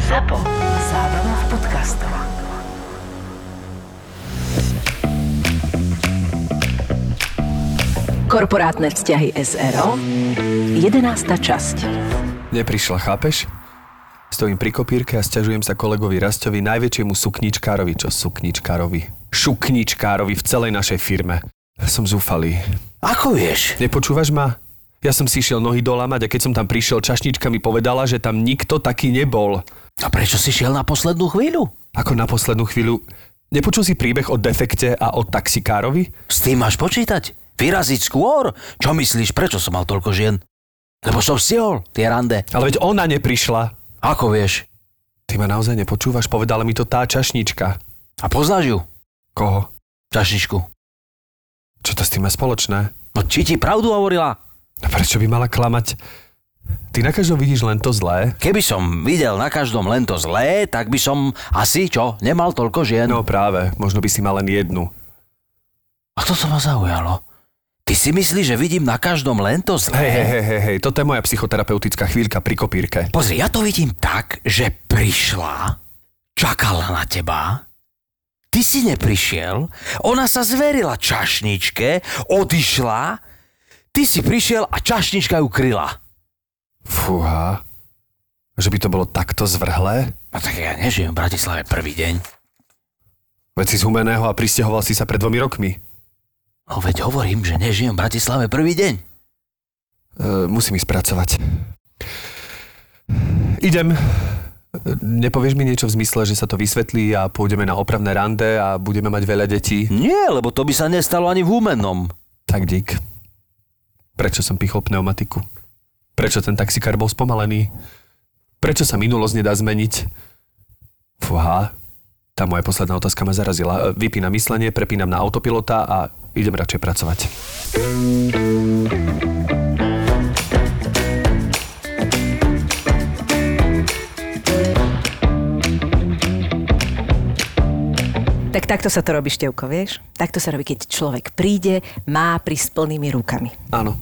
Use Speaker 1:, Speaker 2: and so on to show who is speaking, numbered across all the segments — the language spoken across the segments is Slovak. Speaker 1: ZAPO. Zábrná v podcastov. Korporátne vzťahy SRO 11. časť.
Speaker 2: Neprišla, chápeš? Stojím pri kopírke a sťažujem sa kolegovi Rastovi, najväčšiemu sukničkárovi, čo sukničkárovi, šukničkárovi v celej našej firme. Som zúfalý.
Speaker 3: Ako vieš?
Speaker 2: Nepočúvaš ma? Ja som si išiel nohy dolamať a keď som tam prišiel, čašnička mi povedala, že tam nikto taký nebol.
Speaker 3: A prečo si šiel na poslednú chvíľu?
Speaker 2: Ako na poslednú chvíľu. Nepočul si príbeh o defekte a o taxikárovi?
Speaker 3: S tým máš počítať? Vyraziť skôr? Čo myslíš, prečo som mal toľko žien? Lebo som stihol tie rande.
Speaker 2: Ale veď ona neprišla.
Speaker 3: Ako vieš?
Speaker 2: Ty ma naozaj nepočúvaš? Povedala mi to tá čašnička.
Speaker 3: A poznáš ju?
Speaker 2: Koho?
Speaker 3: Čašničku.
Speaker 2: Čo to s tým má spoločné?
Speaker 3: No či ti pravdu hovorila?
Speaker 2: A prečo by mala klamať? Ty na každom vidíš len to zlé?
Speaker 3: Keby som videl na každom len to zlé, tak by som asi, čo, nemal toľko žien.
Speaker 2: No práve, možno by si mal len jednu.
Speaker 3: A toto ma zaujalo. Ty si myslíš, že vidím na každom len to zlé?
Speaker 2: Hej, hej, hej, hej, hej, toto je moja psychoterapeutická chvíľka pri kopírke.
Speaker 3: Pozri, ja to vidím tak, že prišla, čakala na teba, ty si neprišiel, ona sa zverila čašničke, odišla, ty si prišiel a čašnička ju kryla.
Speaker 2: Fúha, že by to bolo takto zvrhlé?
Speaker 3: No tak ja nežijem v Bratislave prvý deň.
Speaker 2: Veď si z humeného a pristahoval si sa pred dvomi rokmi. E,
Speaker 3: No veď hovorím, že nežijem v Bratislave prvý deň.
Speaker 2: E, musím ísť pracovať. Idem. E, Nepovieš mi niečo v zmysle, že sa to vysvetlí a pôjdeme na opravné rande a budeme mať veľa detí?
Speaker 3: Nie, lebo to by sa nestalo ani v Humennom.
Speaker 2: Tak dík. Prečo som pichol pneumatiku? Prečo ten taxikár bol spomalený? Prečo sa minulosť nedá zmeniť? Fúha, tá moja posledná otázka ma zarazila. E, Vypínam myslenie, prepínam na autopilota a idem radšej pracovať.
Speaker 4: Tak takto sa to robí, Števko, vieš? Takto sa robí, keď človek príde, má pri s plnými rukami.
Speaker 2: Áno.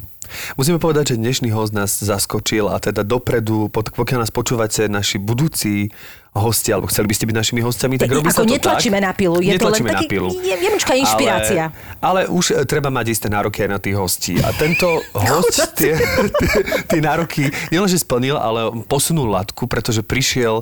Speaker 2: Musíme povedať, že dnešný host nás zaskočil a teda dopredu, pod, pokiaľ nás počúvate, naši budúci hostia, alebo chceli by ste byť našimi hostiami, tak
Speaker 4: Tak
Speaker 2: robí
Speaker 4: ako
Speaker 2: sa to
Speaker 4: netlačíme
Speaker 2: tak,
Speaker 4: na pilu, je to len
Speaker 2: netlačíme na
Speaker 4: taký
Speaker 2: pilu.
Speaker 4: jem- jemučká inšpirácia.
Speaker 2: Ale, ale už e, treba mať isté nároky aj na tých hostí. A tento host tie, tie, tie nároky nielenže splnil, ale on posunul latku, pretože prišiel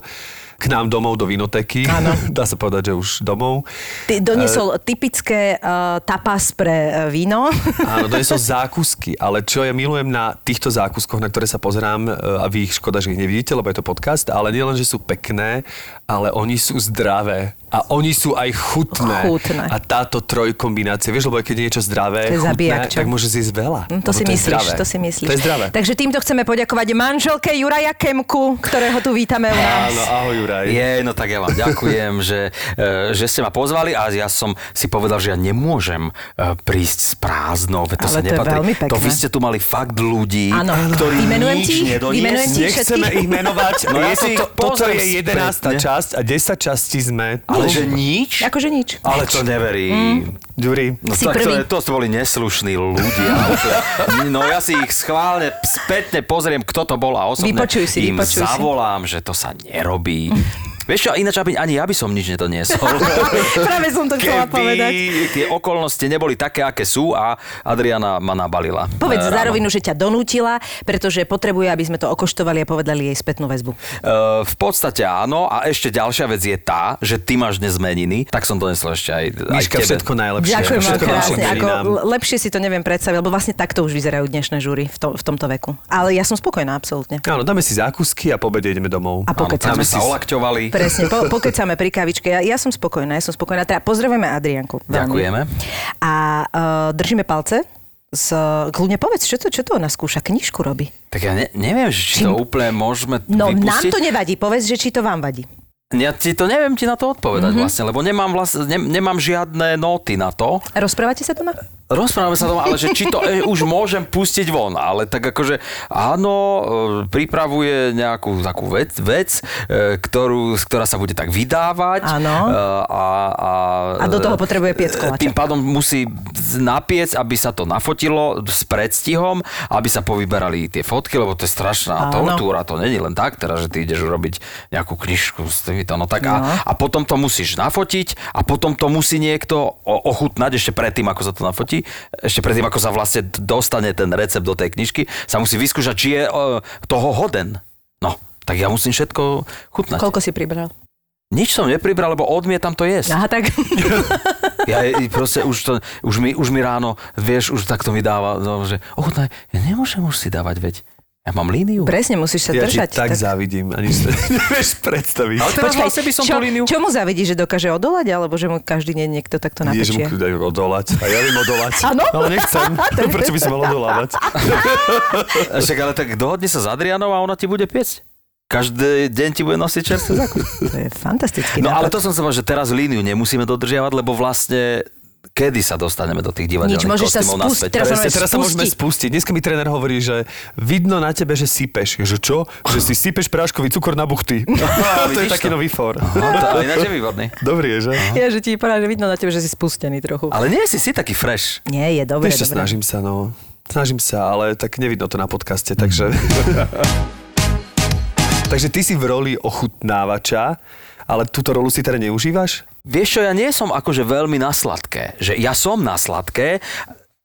Speaker 2: k nám domov do vinoteky. Áno. Dá sa povedať, že už domov.
Speaker 4: Ty doniesol typické uh, tapas pre uh, víno.
Speaker 2: Áno, donesol zákusky, ale čo ja milujem na týchto zákuskoch, na ktoré sa pozerám, e, a vy ich škoda, že ich nevidíte, lebo je to podcast, ale nie len, že sú pekné, ale oni sú zdravé. A oni sú aj chutné.
Speaker 4: Chutné.
Speaker 2: A táto trojkombinácia, vieš, lebo keď je niečo
Speaker 4: To
Speaker 2: zdravé,
Speaker 4: je
Speaker 2: chutné,
Speaker 4: zabijak, čo?
Speaker 2: tak môže zjesť veľa.
Speaker 4: Hm, to
Speaker 2: lebo
Speaker 4: si
Speaker 2: je
Speaker 4: myslíš,
Speaker 2: zdravé.
Speaker 4: to si myslíš.
Speaker 2: To je zdravé.
Speaker 4: Takže týmto chceme poďakovať manželke Juraja Kemku, ktorého tu vítame u nás.
Speaker 2: Áno, ahoj Juraj.
Speaker 3: Je, no tak ja vám ďakujem, že, e, že ste ma pozvali a ja som si povedal, že ja nemôžem e, prísť s prázdnou, veď to
Speaker 4: Ale
Speaker 3: sa
Speaker 4: to je
Speaker 3: nepatrí.
Speaker 4: veľmi pekné.
Speaker 3: to vy ste tu mali fakt ľudí,
Speaker 4: Áno.
Speaker 3: ktorí
Speaker 4: Vymenujem
Speaker 3: nič
Speaker 4: ti ich?
Speaker 3: nedoniesli.
Speaker 4: Vymenujem ti ich?
Speaker 2: Nechceme
Speaker 4: všetkých?
Speaker 2: ich menovať.
Speaker 3: No ja
Speaker 2: je
Speaker 3: si ich
Speaker 2: to, toto
Speaker 3: poznám
Speaker 2: je 11.
Speaker 3: spätne.
Speaker 2: časť a 10 častí sme.
Speaker 3: Ale že nič?
Speaker 4: Akože nič.
Speaker 3: Ale to neverím.
Speaker 2: Juri,
Speaker 3: No,
Speaker 4: Mm. Si
Speaker 3: tak to,
Speaker 4: prvý.
Speaker 3: to boli neslušní ľudia. úplne. no ja si ich schválne spätne pozriem, kto to bol a osobne
Speaker 4: Vypočuj si,
Speaker 3: im
Speaker 4: vypočuj si.
Speaker 3: zavolám, že to sa nerobí. Vieš čo, ináč aby- ani ja by som nič nedoniesol.
Speaker 4: Práve som to chcela povedať.
Speaker 3: tie okolnosti neboli také, aké sú a Adriana ma nabalila.
Speaker 4: Povedz
Speaker 3: Eh,
Speaker 4: za
Speaker 3: ráno.
Speaker 4: rovinu, že ťa donútila, pretože potrebuje, aby sme to okoštovali a povedali jej spätnú väzbu.
Speaker 3: Eh, v podstate áno a ešte ďalšia vec je tá, že ty máš dnes meniny, tak som donesol ešte aj, aj
Speaker 2: Miška,
Speaker 3: tebe.
Speaker 2: všetko najlepšie.
Speaker 4: Ďakujem vám
Speaker 2: všetko najlepšie
Speaker 4: krásne.
Speaker 2: k
Speaker 4: Ako,
Speaker 2: meninám.
Speaker 4: l- lepšie si to neviem predstaviť, lebo vlastne takto už vyzerajú dnešné žúry v, to, v tomto veku. Ale ja som spokojná, absolútne.
Speaker 2: Áno, dáme si zákusky a po obede ideme domov.
Speaker 4: A
Speaker 3: Áno, tam
Speaker 4: pokecáme
Speaker 3: sme sa
Speaker 2: si-
Speaker 3: olakťovali.
Speaker 4: Presne, po, pokecáme pri kavičke. Ja, ja som spokojná, ja som spokojná. Teda pozdravujeme Adrianku. veľmi.
Speaker 3: Ďakujeme.
Speaker 4: A uh, držíme palce. S, kľudne povedz, čo to, čo to ona skúša? Knižku robí.
Speaker 3: Tak ja ne, neviem, že či
Speaker 4: Čím-
Speaker 3: to úplne môžeme
Speaker 4: No, nám
Speaker 3: vypustiť.
Speaker 4: to nevadí. Povedz, že či to vám vadí.
Speaker 3: Ja ti to neviem
Speaker 4: Mhm.
Speaker 3: ti na to odpovedať mm-hmm. vlastne, lebo nemám, vlastne, ne, nemám žiadne nóty na to.
Speaker 4: Rozprávate sa doma?
Speaker 3: Rozprávame sa doma, ale že či to e, už môžem pustiť von, ale tak akože áno, e, pripravuje nejakú takú vec, vec e, ktorú, z ktorá sa bude tak vydávať.
Speaker 4: Áno.
Speaker 3: E, a, a, e,
Speaker 4: A do toho potrebuje piec koláča.
Speaker 3: Tým pádom musí napiec, aby sa to nafotilo s predstihom, aby sa povyberali tie fotky, lebo to je
Speaker 4: Áno.
Speaker 3: strašná tortúra, to není len tak, teda, že ty ideš urobiť nejakú knižku s týmito, no tak
Speaker 4: No.
Speaker 3: a, a potom to musíš nafotiť a potom to musí niekto o- ochutnať ešte predtým, ako sa to nafotí, ešte predtým, ako sa vlastne d- dostane ten recept do tej knižky, sa musí vyskúšať, či je e, toho hoden. No, tak ja musím všetko chutnať.
Speaker 4: Koľko si pribral?
Speaker 3: Nič som nepribral, lebo odmietam to jesť.
Speaker 4: Aha, tak.
Speaker 3: Ja je- proste už, to, už, mi, už mi ráno, vieš, už takto mi dáva, no, že ochutnaj, ja nemôžem už si dávať, veď ja mám líniu.
Speaker 4: Presne, musíš sa
Speaker 2: Ja ti
Speaker 4: držať.
Speaker 2: tak, závidím, ani si to nevieš predstaviť.
Speaker 3: Ale teraz vlastne by som
Speaker 4: čo,
Speaker 3: tú líniu...
Speaker 4: čomu zavidí, že dokáže odolať, alebo že mu každý deň niekto takto
Speaker 2: Ježiš, mu
Speaker 4: napečie?
Speaker 2: dajú odolať. A ja viem odolať.
Speaker 4: Áno?
Speaker 2: Ale nechcem. Prečo by som mal odolávať?
Speaker 3: Však ale tak dohodni sa s Adrianou a ona ti bude piecť. Každý deň ti bude nosiť čerstvý zákup.
Speaker 4: To je fantastický
Speaker 3: No ale
Speaker 4: nápad.
Speaker 3: to som sa povedal, že teraz líniu nemusíme dodržiavať, lebo vlastne kedy sa dostaneme do tých divadelných
Speaker 4: Nič, môžeš sa
Speaker 3: kostýmov
Speaker 4: spust-
Speaker 3: naspäť?
Speaker 4: teraz
Speaker 2: Presne,
Speaker 4: normálne
Speaker 2: teraz sa môžeme spustiť. Dneska mi tréner hovorí, že vidno na tebe, že sypeš. Že čo? Že si sypeš práškový cukor na buchty. to je
Speaker 3: vidíš
Speaker 2: taký
Speaker 3: to?
Speaker 2: nový for.
Speaker 3: No, to, ale ináč je výborný.
Speaker 2: Dobrý je, že?
Speaker 4: Ja, že ti povedal, že vidno na tebe, že si spustený trochu.
Speaker 3: Ale nie si si taký fresh.
Speaker 4: Nie, je dobre,
Speaker 2: Ešte
Speaker 4: dobre.
Speaker 2: snažím sa, no. Snažím sa, ale tak nevidno to na podcaste, takže... takže ty si v roli ochutnávača, ale túto rolu si teda neužívaš?
Speaker 3: Vieš čo, ja nie som akože veľmi na sladké. Že ja som na sladké,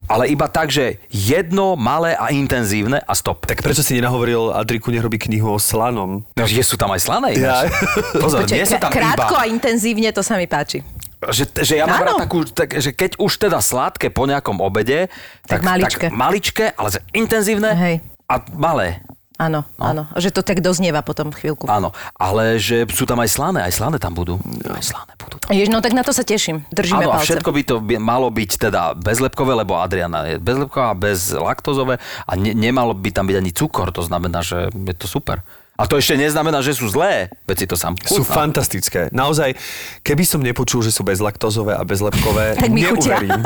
Speaker 3: ale iba tak, že jedno, malé a intenzívne a stop.
Speaker 2: Tak prečo si nenahovoril Adriku, nech robí knihu o slanom?
Speaker 3: No, že sú tam aj slané. ináč. Pozor,
Speaker 4: Počkaj,
Speaker 3: nie sú
Speaker 4: krá-
Speaker 3: tam
Speaker 4: krátko
Speaker 3: iba.
Speaker 4: a intenzívne, to sa mi páči.
Speaker 3: Že, že ja mám
Speaker 4: Áno.
Speaker 3: rád takú, tak, že keď už teda sladké po nejakom obede,
Speaker 4: Tak maličké.
Speaker 3: tak maličké, ale že intenzívne
Speaker 4: Hej.
Speaker 3: a malé.
Speaker 4: Áno,
Speaker 3: No.
Speaker 4: áno. Že to tak doznieva potom chvíľku.
Speaker 3: Áno, ale že sú tam aj slané, aj slané tam budú. Aj slané budú tam.
Speaker 4: Jež, no tak na to sa teším. Držíme
Speaker 3: Áno, a
Speaker 4: palce.
Speaker 3: všetko by to by, malo byť teda bezlepkové, lebo Adriana je bezlepková, bez laktozové a ne, nemalo by tam byť ani cukor, to znamená, že je to super. A to ešte neznamená, že sú zlé, veď si to sám
Speaker 2: Sú
Speaker 3: chutná.
Speaker 2: fantastické. Naozaj, keby som nepočul, že sú bezlaktozové a bezlepkové,
Speaker 4: Tak mi chutia.
Speaker 2: neuverím.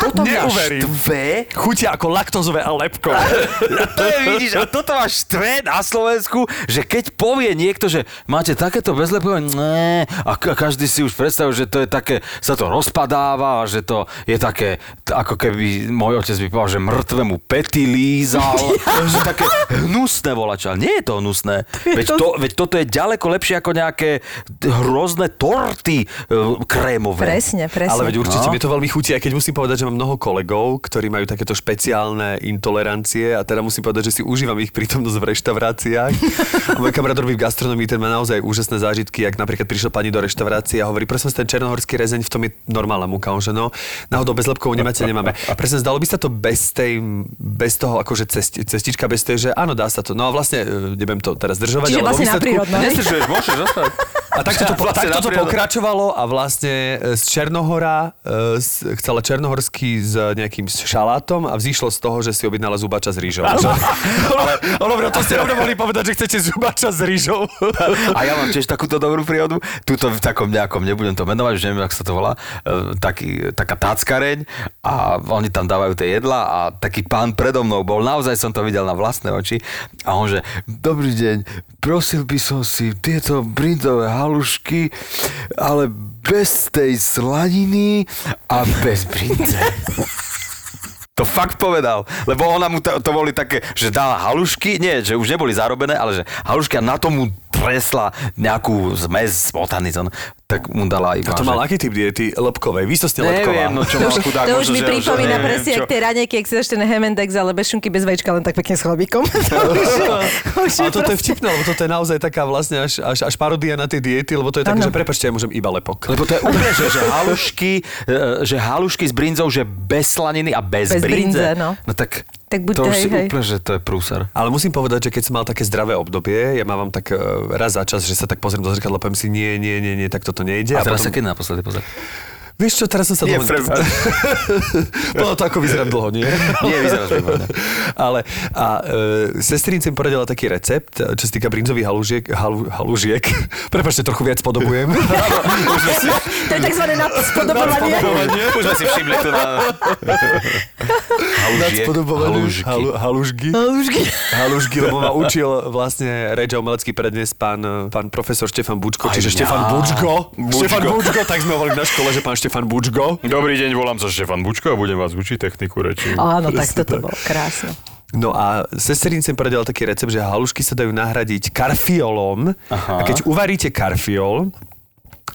Speaker 3: Toto mňa
Speaker 2: Neuverím.
Speaker 3: štve.
Speaker 2: Chutia ako laktozové a lepkové.
Speaker 3: A to je, vidíš, a toto má štve na Slovensku, že keď povie niekto, že máte takéto bezlepkové, ne, a ka- každý si už predstavil, že to je také, sa to rozpadáva a že to je také, t- ako keby môj otec by povedal, že mŕtvemu pety lízal, že také hnusné volača. Nie je to hnusné. Veď, to, veď toto je ďaleko lepšie ako nejaké t- hrozné torty e, krémové.
Speaker 4: Presne, presne.
Speaker 2: Ale veď určite
Speaker 3: No.
Speaker 2: mi to veľmi chutí, aj keď musím povedať, že mám mnoho kolegov, ktorí majú takéto špeciálne intolerancie a teda musím povedať, že si užívam ich prítomnosť v reštauráciách. A môj kamarát robí v gastronomii, ten má naozaj úžasné zážitky, ak napríklad prišla pani do reštaurácie a hovorí, prosím vás, ten černohorský rezeň, v tom je normálna múka, On že no, náhodou bez lepkov nemáte, nemáme. A presne zdalo by sa to bez tej, bez toho, akože cesti, cestička bez tej, že áno, dá sa to. No a vlastne, e, nebudem to teraz zdržovať,
Speaker 4: Čiže
Speaker 2: ale vo
Speaker 4: vlastne na
Speaker 2: výsledku-
Speaker 4: prírodnom.
Speaker 3: Nesržuješ, môžeš zostať.
Speaker 2: a takto to, po,
Speaker 3: Vlastne
Speaker 2: takto to
Speaker 3: na prírodu.
Speaker 2: pokračovalo a vlastne e, z Černohora e, s- chcela Černohorský s nejakým šalátom a vzýšlo z toho, že si objednala zubača s rýžou. Že- Ale ono, ono, to ste rovno mohli povedať, že chcete zubača s rýžou.
Speaker 3: A ja mám tiež takúto dobrú príhodu, tuto v takom nejakom, nebudem to menovať, už neviem, ako sa to volá, e, taký, taká táckareň a oni tam dávajú tie jedla a taký pán predo mnou bol, naozaj som to videl na vlastné oči a on že, dobrý deň, prosil by som si tieto brindové halušky, ale bez tej slaniny a bez brindze. To fakt povedal, lebo ona mu to, to boli také, že dala halušky, nie, že už neboli zarobené, ale že halušky a na tomu tresla nejakú zmes z botany, zon. tak mu dala
Speaker 2: A
Speaker 3: iba.
Speaker 2: to mal
Speaker 3: že-
Speaker 2: aký typ diety? Lepkovej, výsostne lepková.
Speaker 3: Neviem, no čo
Speaker 4: To
Speaker 3: mal
Speaker 4: už,
Speaker 3: chudák.
Speaker 4: to už
Speaker 3: možno,
Speaker 4: mi
Speaker 3: že- že
Speaker 4: pripomína
Speaker 3: neviem,
Speaker 4: presne,
Speaker 3: čo.
Speaker 4: ak tie ranejky, ak si dáš ten Hemendex alebo šunky bez vajíčka, len tak pekne s chlebíkom. To už je- už
Speaker 2: Ale toto
Speaker 4: proste-
Speaker 2: je vtipné, lebo toto je naozaj taká vlastne až, až, až parodia na tie diety, lebo to je také,
Speaker 4: Áno.
Speaker 2: že prepačte, ja môžem iba lepok.
Speaker 3: Lebo to je úplne, že, že, halušky, e, že halušky s brinzou, že bez slaniny a bez,
Speaker 4: Bez brindze,
Speaker 3: brindze.
Speaker 4: no.
Speaker 3: no tak,
Speaker 4: Tak buď
Speaker 3: to už
Speaker 4: hej,
Speaker 3: si
Speaker 4: hej.
Speaker 3: úplne, že to je prúser.
Speaker 2: Ale musím povedať, že keď som mal také zdravé obdobie, ja mám tak e, raz za čas, že sa tak pozriem do zrkadla, poviem si, nie, nie, nie, nie, tak toto nejde.
Speaker 3: A teraz sa
Speaker 2: potom-
Speaker 3: kedy naposledy pozrieť?
Speaker 2: Vieš čo, teraz som sa
Speaker 3: Nie,
Speaker 2: dlho...
Speaker 3: prepáč.
Speaker 2: Bolo to, ako vyzerám dlho, nie?
Speaker 3: Nie, vyzeráš výborne.
Speaker 2: Ale a e, sestrinica mi poradila taký recept, čo sa týka brinzových halúžiek. Halu, halúžiek. Prepačte, trochu viac podobujem.
Speaker 4: To je tzv. nadspodobovanie.
Speaker 3: Už sme si všimli tu na... Halúžiek, halúžky.
Speaker 2: Halu,
Speaker 4: No,
Speaker 2: halúžky.
Speaker 4: Lúžky.
Speaker 2: Halušky, lebo ma učil vlastne reč a umelecký prednes pán, pán profesor Štefan Bučko,
Speaker 3: Aj
Speaker 2: čiže
Speaker 3: ja.
Speaker 2: Štefan Bučko.
Speaker 5: Bučko.
Speaker 2: Štefan Bučko, tak sme hovorili na škole, že pán Štefan Bučko.
Speaker 5: Dobrý deň, volám sa Štefan Bučko a budem vás učiť techniku reči.
Speaker 4: Áno, tak toto bolo krásne.
Speaker 2: No a sesternice predal taký recept, že halušky sa dajú nahradiť karfiolom. Aha. A keď uvaríte karfiol,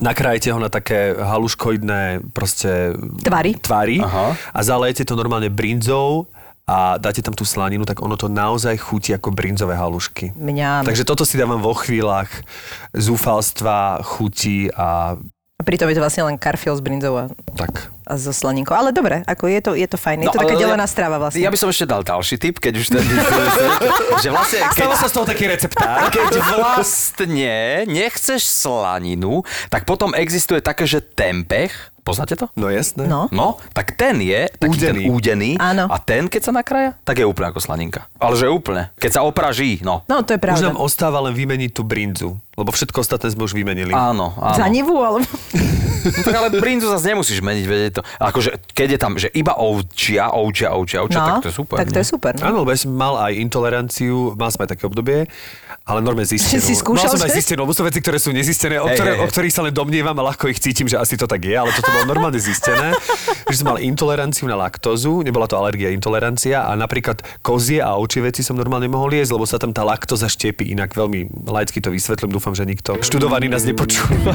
Speaker 2: nakrájete ho na také haluškoidné proste
Speaker 4: Tvary.
Speaker 2: tvary
Speaker 3: Aha.
Speaker 2: a zalejete to normálne brinzou a dáte tam tú slaninu, tak ono to naozaj chutí ako brinzové halušky.
Speaker 4: Mňam.
Speaker 2: Takže toto si dávam vo chvíľach zúfalstva, chuti a
Speaker 4: A Pritom je to vlastne len karfiol s brinzou a,
Speaker 2: tak.
Speaker 4: a so slaninkou. Ale dobre, ako je to, je to fajn. Je to
Speaker 3: No, ale
Speaker 4: taká
Speaker 3: ja-
Speaker 4: delená strava vlastne.
Speaker 3: Ja by som ešte dal ďalší tip, keď už ten... že vlastne, keď,
Speaker 2: sa z toho taký receptár.
Speaker 3: keď vlastne nechceš slaninu, tak potom existuje také, že tempeh. Poznáte to?
Speaker 2: No jasné.
Speaker 4: No.
Speaker 3: No, tak ten je taký údený. ten
Speaker 2: Údený.
Speaker 3: údený
Speaker 4: Áno.
Speaker 3: a ten, keď sa nakrája, tak je úplne ako slaninka. Ale že úplne. Keď sa opraží, no.
Speaker 4: No, to je
Speaker 2: Už
Speaker 4: pravda.
Speaker 2: nám ostáva len vymeniť tú brinzu, lebo všetko ostatné sme už vymenili.
Speaker 3: Áno, áno.
Speaker 4: Za nivu, alebo...
Speaker 3: No tak ale brinzu zase nemusíš meniť, vedieť to. Akože, keď je tam, že iba ovčia, ovčia, ovčia, ovčia, tak to je
Speaker 4: No.
Speaker 3: super.
Speaker 4: Tak to je
Speaker 3: nie?
Speaker 4: super. No.
Speaker 2: Áno, lebo ja som mal aj intoleranciu, mal som aj také obdobie, ale normálne zistenú.
Speaker 4: Si skúšal,
Speaker 2: mal som aj
Speaker 4: že?
Speaker 2: zistenú, lebo sú veci, ktoré sú nezistené, o,
Speaker 3: Hej,
Speaker 2: ktoré,
Speaker 3: hej, hej.
Speaker 2: o ktorých sa len domnievam a ľahko ich cítim, že asi to tak je, ale toto bolo normálne zistené, že som mal intoleranciu na laktózu, nebola to alergia, intolerancia a napríklad kozie a oči veci som normálne mohol jesť, lebo sa tam tá laktóza štiepi, inak veľmi laicky to vysvetlím, dúfam, že nikto študovaný nás nepočúva.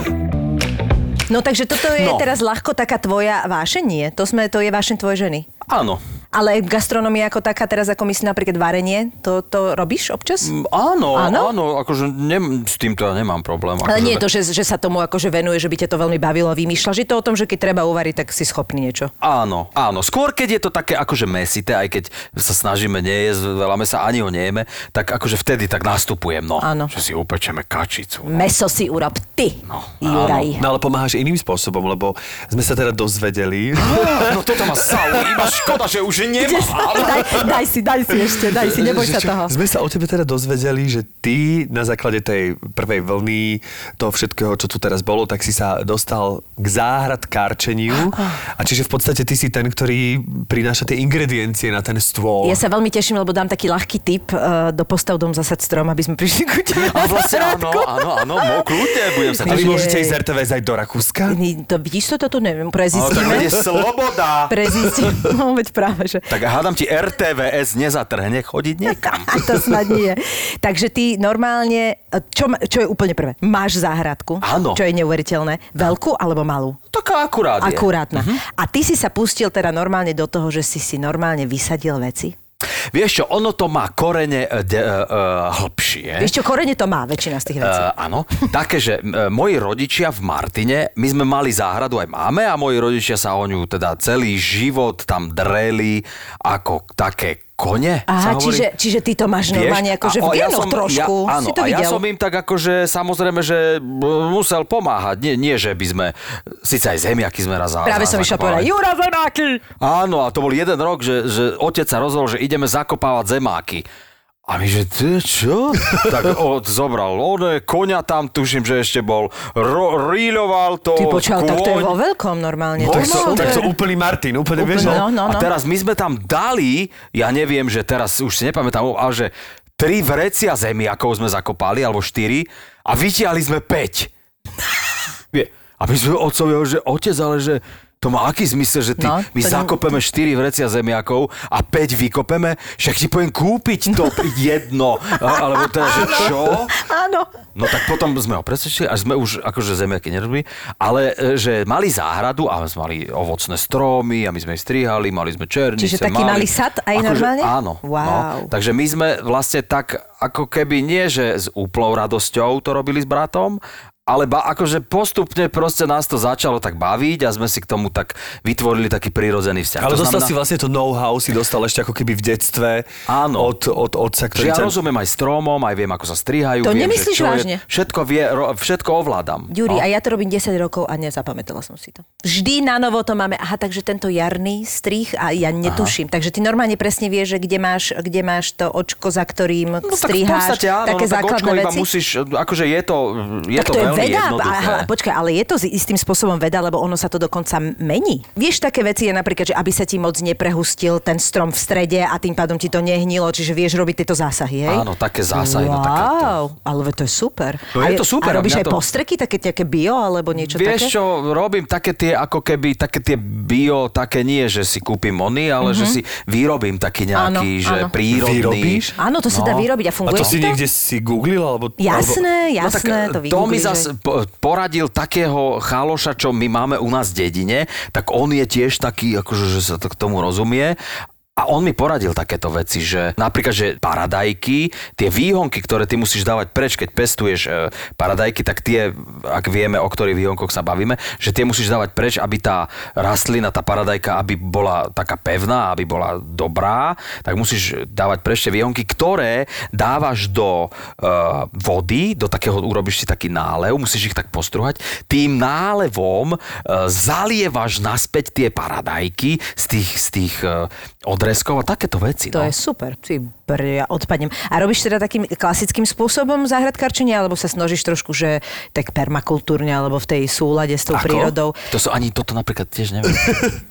Speaker 4: no takže toto je
Speaker 3: No.
Speaker 4: teraz ľahko taká tvoja vášeň, nie? To, sme, to je vášeň tvojej ženy.
Speaker 3: Áno.
Speaker 4: Ale gastronomia ako taká, teraz ako myslím napríklad varenie, to, to robíš občas?
Speaker 3: Mm, Áno,
Speaker 4: Áno?
Speaker 3: áno, áno akože ne, s týmto ja nemám problém. Akože,
Speaker 4: Ale nie je to, že, že sa tomu akože venuje, že by ťa to veľmi bavilo a vymýšľaš. Je to o tom, že keď treba uvariť, tak si schopný niečo.
Speaker 3: Áno, áno. Skôr, keď je to také akože mesité, aj keď sa snažíme nejesť, veľa mesa, ani ho nejeme, tak akože vtedy tak nastupujem, no.
Speaker 4: Áno.
Speaker 3: Že si upečeme kačicu. no.
Speaker 4: Meso si urob ty, no, Juraj.
Speaker 2: No ale pomáhaš iným spôsobom, lebo sme sa teda dozvedeli,
Speaker 3: No toto ma saulí, iba škoda, že už nemám.
Speaker 4: Daj, daj si, daj si ešte, daj si, neboj
Speaker 2: Že
Speaker 4: sa
Speaker 2: čo,
Speaker 4: toho.
Speaker 2: Sme sa o tebe teda dozvedeli, že ty na základe tej prvej vlny, toho všetkého, čo tu teraz bolo, tak si sa dostal k záhradkárčeniu. A čiže v podstate ty si ten, ktorý prináša tie ingrediencie na ten stôl.
Speaker 4: Ja sa veľmi teším, lebo dám taký ľahký tip uh, do postav dom zasad strom, aby sme prišli ku tebe.
Speaker 3: A vlastne áno, áno, áno, mo, kľudne, budem sa
Speaker 2: A vy
Speaker 4: Ježiš.
Speaker 2: môžete ísť z RTVS aj do Rakúska?
Speaker 4: My to vidíš, to toto neviem,
Speaker 3: No, tak
Speaker 4: prezistíme.
Speaker 3: bude sloboda.
Speaker 4: prezistíme, no veď práve, že
Speaker 3: Tak hádam ti RTVS nezatrhne chodiť niekam.
Speaker 4: to snad nie. Takže ty normálne, e, čo, ma- čo je úplne prvé? Máš záhradku,
Speaker 3: Áno.
Speaker 4: čo je neuveriteľné. Veľkú alebo malú?
Speaker 3: Taká akurát Mhm. je.
Speaker 4: Akurátna. A ty si sa pustil teda normálne do toho, že si si normálne vysadil veci?
Speaker 3: Vieš čo, ono to má korene e, de, e, e, hlbšie.
Speaker 4: Vieš čo, korene to má väčšina z tých vecí.
Speaker 3: E, áno, také, že e, moji rodičia v Martine, my sme mali záhradu, aj máme a moji rodičia sa o ňu teda celý život tam dreli ako také kone. sa
Speaker 4: Aha,
Speaker 3: hovorí.
Speaker 4: čiže, čiže ty to máš
Speaker 3: Vieš?
Speaker 4: normálne akože v
Speaker 3: A o-
Speaker 4: genoch trošku.
Speaker 3: Ja, áno,
Speaker 4: si to
Speaker 3: a
Speaker 4: videl.
Speaker 3: ja som im tak akože samozrejme, že b- musel pomáhať. Nie, nie že by sme, síce aj zemiaky sme raz za-
Speaker 4: Práve
Speaker 3: za-
Speaker 4: som išla povedať,
Speaker 3: zakopali.
Speaker 4: Jura Zemáky!
Speaker 3: Áno, a to bol jeden rok, že, že otec sa rozhodol, že ideme zakopávať zemáky. A my, že ty, čo? tak od, zobral lode, konia tam, tuším, že ešte bol, ro, ríľoval to,
Speaker 4: Ty počal, tak to je
Speaker 3: kôň.
Speaker 4: vo veľkom normálne.
Speaker 2: Tak to,
Speaker 4: Normálne.
Speaker 2: tak to úplný Martin,
Speaker 4: Úplne,
Speaker 2: úplne, vieš,
Speaker 4: no, no, no.
Speaker 3: A teraz my sme tam dali, ja neviem, že teraz už si nepamätám, ale že tri vrecia zemiakov sme zakopali, alebo štyri, a vytiahli sme päť. Je. A my sme otcovi, hovorili, že otec, ale že to má aký zmysel, že ty,
Speaker 4: No,
Speaker 3: no, my
Speaker 4: to ne-
Speaker 3: zakopeme 4 vrecia zemiakov a 5 vykopeme, však ti poviem kúpiť to jedno. A- Alebo teda, že čo?
Speaker 4: Áno.
Speaker 3: No tak potom sme ho presvedčili, až sme už akože zemiaky nerobili, ale e, že mali záhradu a sme mali ovocné stromy a my sme ich strihali, mali sme černice.
Speaker 4: Čiže
Speaker 3: Akože
Speaker 4: taký malý sad aj normálne?
Speaker 3: Áno.
Speaker 4: Wow.
Speaker 3: No, takže my sme vlastne tak ako keby nie, že s úplnou radosťou to robili s bratom, ale ba, akože postupne proste nás to začalo tak baviť a sme si k tomu tak vytvorili taký prirodzený vzťah.
Speaker 2: Ale
Speaker 3: to
Speaker 2: dostal si vlastne to know-how, si dostal ešte ako keby v detstve
Speaker 3: Áno.
Speaker 2: od, od otca,
Speaker 3: Že
Speaker 2: ktorý
Speaker 3: ja
Speaker 2: ťa-
Speaker 3: rozumiem aj stromom, aj viem, ako sa strihajú.
Speaker 4: To
Speaker 3: viem, že
Speaker 4: nemyslíš
Speaker 3: čo je-
Speaker 4: vážne?
Speaker 3: Všetko, vie, ro, všetko ovládam. No.
Speaker 4: Juri, a ja to robím 10 rokov a nezapamätala som si to. Vždy na novo to máme. Aha, takže tento jarný strih a ja netuším. Aha. Takže ty normálne presne vieš, že kde máš, kde máš to očko, za ktorým no,
Speaker 3: No tak v
Speaker 4: striháš.
Speaker 3: podstate áno,
Speaker 4: také
Speaker 3: no, tak
Speaker 4: základné
Speaker 3: očko iba
Speaker 4: veci.
Speaker 3: musíš, akože je to, je
Speaker 4: tak
Speaker 3: to,
Speaker 4: to je
Speaker 3: veľmi
Speaker 4: veda,
Speaker 3: jednoduché.
Speaker 4: aha, počkaj, ale je to z- istým spôsobom veda, lebo ono sa to dokonca mení. Vieš, také veci je napríklad, že aby sa ti moc neprehustil ten strom v strede a tým pádom ti to nehnilo, čiže vieš robiť tieto zásahy, hej?
Speaker 3: Áno, také zásahy, no takéto.
Speaker 4: Wow, ale veď to je super.
Speaker 3: No
Speaker 4: a
Speaker 3: je to super,
Speaker 4: A robíš
Speaker 3: a mňa
Speaker 4: aj
Speaker 3: to-
Speaker 4: postreky, také nejaké bio alebo niečo také?
Speaker 3: Vieš čo, robím také tie ako keby, také tie bio, také nie, že si kúpim oni, ale že si vyrobím taký nejaký,
Speaker 4: Mhm. Áno,
Speaker 3: že
Speaker 4: áno.
Speaker 3: prírodný.
Speaker 2: Vyrobíš?
Speaker 4: Áno, to sa dá vyrobiť a
Speaker 2: A
Speaker 4: funguje
Speaker 2: to si
Speaker 4: ti
Speaker 2: niekde si googlil? Alebo,
Speaker 4: Jasné,
Speaker 3: No tak,
Speaker 4: jasné, to
Speaker 3: to mi
Speaker 4: vygooglíš,
Speaker 3: zase
Speaker 4: že-
Speaker 3: po- poradil takého chaloša, čo my máme u nás v dedine, tak on je tiež taký, akože, že sa to k tomu rozumie. A on mi poradil takéto veci, že napríklad, že paradajky, tie výhonky, ktoré ty musíš dávať preč, keď pestuješ e, paradajky, tak tie, ak vieme, o ktorých výhonkoch sa bavíme, že tie musíš dávať preč, aby tá rastlina, tá paradajka, aby bola taká pevná, aby bola dobrá, tak musíš dávať preč tie výhonky, ktoré dávaš do e, vody, do takého, urobíš si taký nálev, musíš ich tak postruhať, tým nálevom e, zalievaš naspäť tie paradajky z tých, z tých e, odreskov a takéto veci.
Speaker 4: To
Speaker 3: no.
Speaker 4: je super, ty br, ja odpadnem. A robíš teda takým klasickým spôsobom záhradkárčenie, alebo sa snažíš trošku, že tak permakultúrne, alebo v tej súlade s tou
Speaker 3: Ako?
Speaker 4: prírodou?
Speaker 3: To sú ani toto napríklad tiež neviem.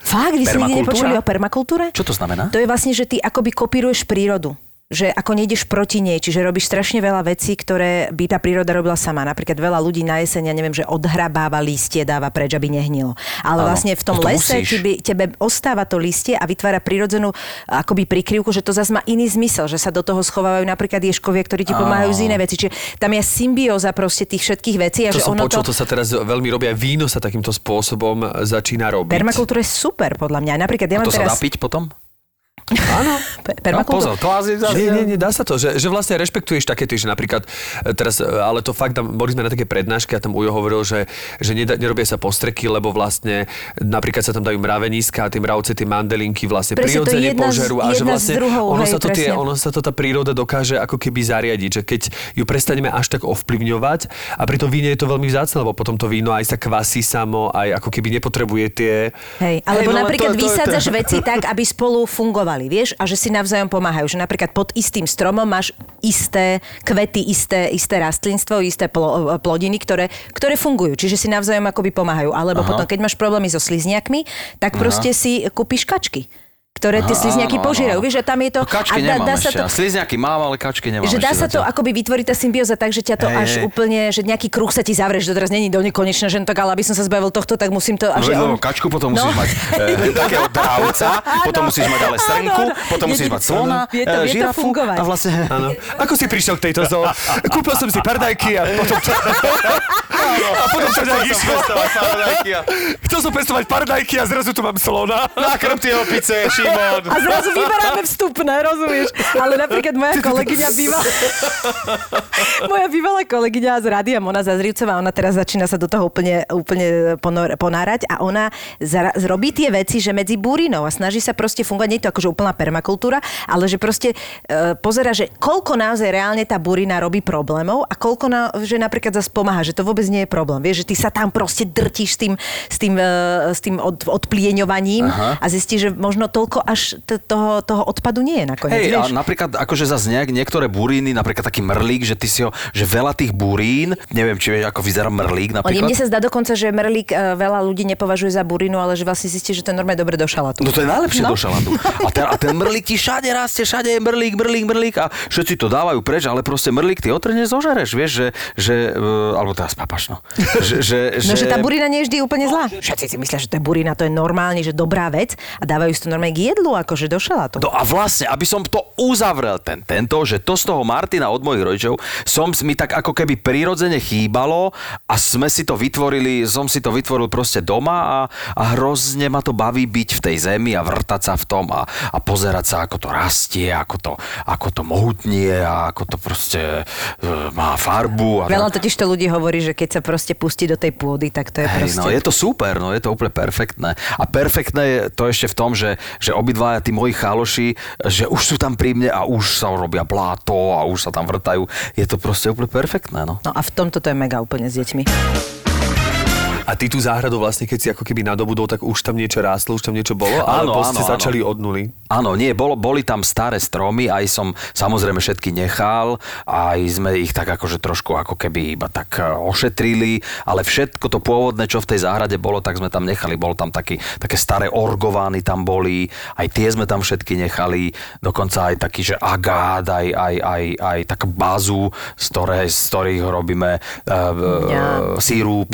Speaker 4: Fakt, vy ste nikdy
Speaker 3: Permakultúra?
Speaker 4: nepočuli o permakultúre?
Speaker 3: Čo to znamená?
Speaker 4: To je vlastne, že ty akoby kopíruješ prírodu že ako nejdeš proti nej, čiže robíš strašne veľa vecí, ktoré by tá príroda robila sama. Napríklad veľa ľudí na jeseň, ja neviem, že odhrabáva listie, dáva preč, aby nehnilo. Ale
Speaker 3: Áno.
Speaker 4: vlastne v tom
Speaker 3: No to
Speaker 4: lese
Speaker 3: musíš.
Speaker 4: tebe, tebe ostáva to listie a vytvára prirodzenú akoby prikryvku, že to zase má iný zmysel, že sa do toho schovávajú napríklad ješkovia, ktorí ti pomáhajú z iné veci. Čiže tam je symbióza proste tých všetkých vecí. A
Speaker 2: To
Speaker 4: že
Speaker 2: som
Speaker 4: ono
Speaker 2: počul,
Speaker 4: to...
Speaker 2: to... sa teraz veľmi robí, aj víno sa takýmto spôsobom začína robiť.
Speaker 4: Permakultúra je super, podľa mňa. Napríklad ja
Speaker 3: A
Speaker 4: mám
Speaker 3: to sa dá
Speaker 4: teraz...
Speaker 3: piť potom?
Speaker 4: pe-
Speaker 3: No,
Speaker 4: permakultúru-
Speaker 3: pozor, to asi...
Speaker 2: Nie, nie, nie, dá sa to, že, že vlastne rešpektuješ také tie, že napríklad e, teraz, e, ale to fakt, tam, boli sme na také prednáške a tam Ujo hovoril, že, že nedá, nerobia sa postreky, lebo vlastne napríklad sa tam dajú mraveniska a tie mravce, tie mandelinky vlastne
Speaker 4: Presne, to je
Speaker 2: prirodzene
Speaker 4: jedna z-
Speaker 2: požerú a že
Speaker 4: jedna z
Speaker 2: vlastne
Speaker 4: druhov,
Speaker 2: ono,
Speaker 4: hej,
Speaker 2: sa to tie,
Speaker 4: presne.
Speaker 2: ono sa to tá príroda dokáže ako keby zariadiť, že keď ju prestaneme až tak ovplyvňovať a pri tom víne je to veľmi vzácne, lebo potom to víno aj sa kvasí samo, aj ako keby nepotrebuje tie...
Speaker 4: Hej, alebo
Speaker 2: no
Speaker 4: hey,
Speaker 2: len
Speaker 4: napríklad
Speaker 2: to- to je
Speaker 4: vysádzaš
Speaker 2: ten-
Speaker 4: veci tak, aby spolu fungovali, vieš, a že si navzájom pomáhajú. Že napríklad pod istým stromom máš isté kvety, isté, isté rastlinstvo, isté plo, plodiny, ktoré, ktoré fungujú. Čiže si navzájom akoby pomáhajú. Alebo Aha. potom, keď máš problémy so slizniakmi, tak proste si kúpiš kačky ktoré tie slizniaky požírajú. Vieš, že tam je to...
Speaker 3: No,
Speaker 4: a
Speaker 3: Kačky
Speaker 4: dá,
Speaker 3: nemám
Speaker 4: dá sa
Speaker 3: ešte.
Speaker 4: to,
Speaker 3: Slizňaky mám, ale kačky nemám
Speaker 4: že dá
Speaker 3: ešte
Speaker 4: sa to
Speaker 3: zatiaľ.
Speaker 4: akoby vytvoriť tá symbióza tak, že ťa to
Speaker 3: Hej,
Speaker 4: až
Speaker 3: hej.
Speaker 4: úplne, že nejaký kruh sa ti zavrie, že to teraz není do nekonečna, že no tak ale aby som sa zbavil tohto, tak musím to... A
Speaker 3: No,
Speaker 4: že No.
Speaker 3: lebo kačku potom musíš mať e, takého dravca, potom musíš mať ale strnku,
Speaker 4: Áno, áno.
Speaker 3: potom musíš
Speaker 4: Je-
Speaker 3: mať slona,
Speaker 4: je to-
Speaker 3: e,
Speaker 4: vie to
Speaker 3: žirafu
Speaker 4: fungovať.
Speaker 3: a vlastne...
Speaker 2: Áno. Ako si prišiel k tejto zoo? Kúpil som si pardajky a potom... a potom to tak išlo. Chcel som pestovať pardajky a zrazu tu mám slona.
Speaker 3: Nakrmte ho pice, Šimon.
Speaker 4: A zrazu vyberáme vstupné, rozumieš? Ale napríklad moja kolegyňa býva... moja bývalá kolegyňa z rádia Mona Zazrivcová, ona teraz začína sa do toho úplne, úplne e, ponor- ponárať a ona zra- robí tie veci, že medzi búrinou a snaží sa proste fungovať, nie je to akože úplná permakultúra, ale že proste e, pozera, že koľko naozaj reálne tá burina robí problémov a koľko na, že napríklad zase pomáha, že to vôbec nie je problém. Vieš, že ty sa tam proste drtíš s tým, s tým, e, s tým od, odplieňovaním a zistíš, že možno toľko až t- toho, toho odpadu nie je nakoniec.
Speaker 3: Hej,
Speaker 4: vieš?
Speaker 3: a napríklad akože zase nejak, niektoré buríny, napríklad taký mrlík, že ty si ho, že veľa tých burín, neviem, či vieš, ako vyzerá mrlík
Speaker 4: Oni,
Speaker 3: napríklad.
Speaker 4: mne sa zdá dokonca, že Merlík e, veľa ľudí nepovažuje za burinu, ale že vlastne zistí, že to je normálne dobre do šalatu.
Speaker 3: No to je najlepšie
Speaker 4: No.
Speaker 3: no. do šalátu. A ten, a ten mrlík ti všade rastie, všade je mrlík, mrlík, mrlík a všetci to dávajú preč, ale proste mrlík ty otrhneš, zožereš, vieš, že, že e, alebo teraz papaš, no. Že, že, No,
Speaker 4: No, že tá burina nie je vždy úplne zlá. Všetci si myslia, že to je burina, to je normálne, že dobrá vec a dávajú si to normálne k jedlu akože do šalátu.
Speaker 3: No a vlastne, aby som to uzavrel ten, tento, že to z toho Martina od mojich rodičov som s- mi tak ako keby prirodzene chýbalo a sme si to vytvorili, som si to vytvoril proste doma a, a hrozne ma to baví byť v tej zemi a vrtať sa v tom a, a pozerať sa, ako to rastie, ako to, ako to mohutnie a ako to proste e, má farbu. A tak.
Speaker 4: Veľa totiž to ľudí hovorí, že keď sa proste pustí do tej pôdy, tak to je
Speaker 3: Hej,
Speaker 4: proste...
Speaker 3: no je to super, no je to úplne perfektné. A perfektné je to ešte v tom, že, že obidvaja tí moji cháloši, že už sú tam pri mne a už sa robia pláto a už sa tam vrtajú. Je to proste úplne perfektné, no.
Speaker 4: No a v tomto to je mega úplne s deťmi.
Speaker 2: A ty tú záhradu vlastne, keď si ako keby nadobudol, tak už tam niečo rástlo, už tam niečo bolo,
Speaker 3: Áno,
Speaker 2: alebo ste
Speaker 3: áno, áno.
Speaker 2: začali od nuly.
Speaker 3: Áno, nie, bolo, boli tam staré stromy, aj som samozrejme všetky nechal, aj sme ich tak akože trošku ako keby iba tak e, ošetrili, ale všetko to pôvodné, čo v tej záhrade bolo, tak sme tam nechali. Bol tam taký, také staré orgovány tam boli, aj tie sme tam všetky nechali, dokonca aj taký, že agát, aj, aj, aj, aj tak bazu, z, ktoré, z ktorých robíme e, e, sírup,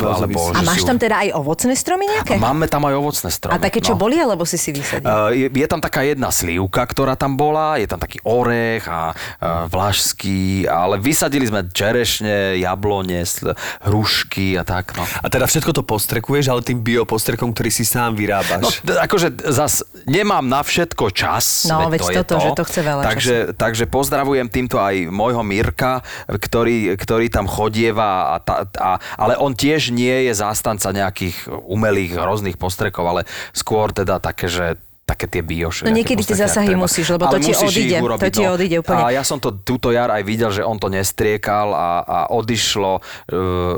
Speaker 4: A
Speaker 3: alebo... že
Speaker 4: máš
Speaker 3: sírup.
Speaker 4: tam teda aj ovocné stromy nejaké?
Speaker 3: Máme tam aj ovocné stromy. no.
Speaker 4: A také, čo boli, alebo si si vysadil?
Speaker 3: Uh, je, je tam taká jedna slivka, ktorá tam bola, je tam taký orech a uh, vlašský, ale vysadili sme čerešne, jablone, sl- hrušky a tak. No.
Speaker 2: A teda všetko to postrekuješ, ale tým biopostrekom, ktorý si sám
Speaker 3: No,
Speaker 2: vyrábaš.
Speaker 3: t- akože zas nemám na všetko čas.
Speaker 4: No, veď toto,
Speaker 3: je
Speaker 4: že to chce veľa
Speaker 3: takže, Takže pozdravujem týmto aj môjho Mirka, ktorý, ktorý tam chodieva, a ta, a, ale on tiež nie je zástanca nejakých umelých hrozných postrekov, ale skôr teda také, že také tie bioše.
Speaker 4: No niekedy tie zásahy musíš, lebo to ti odíde, to ti odíde úplne.
Speaker 3: no. A ja som to túto jar aj videl, že on to nestriekal a, a odišlo, eh,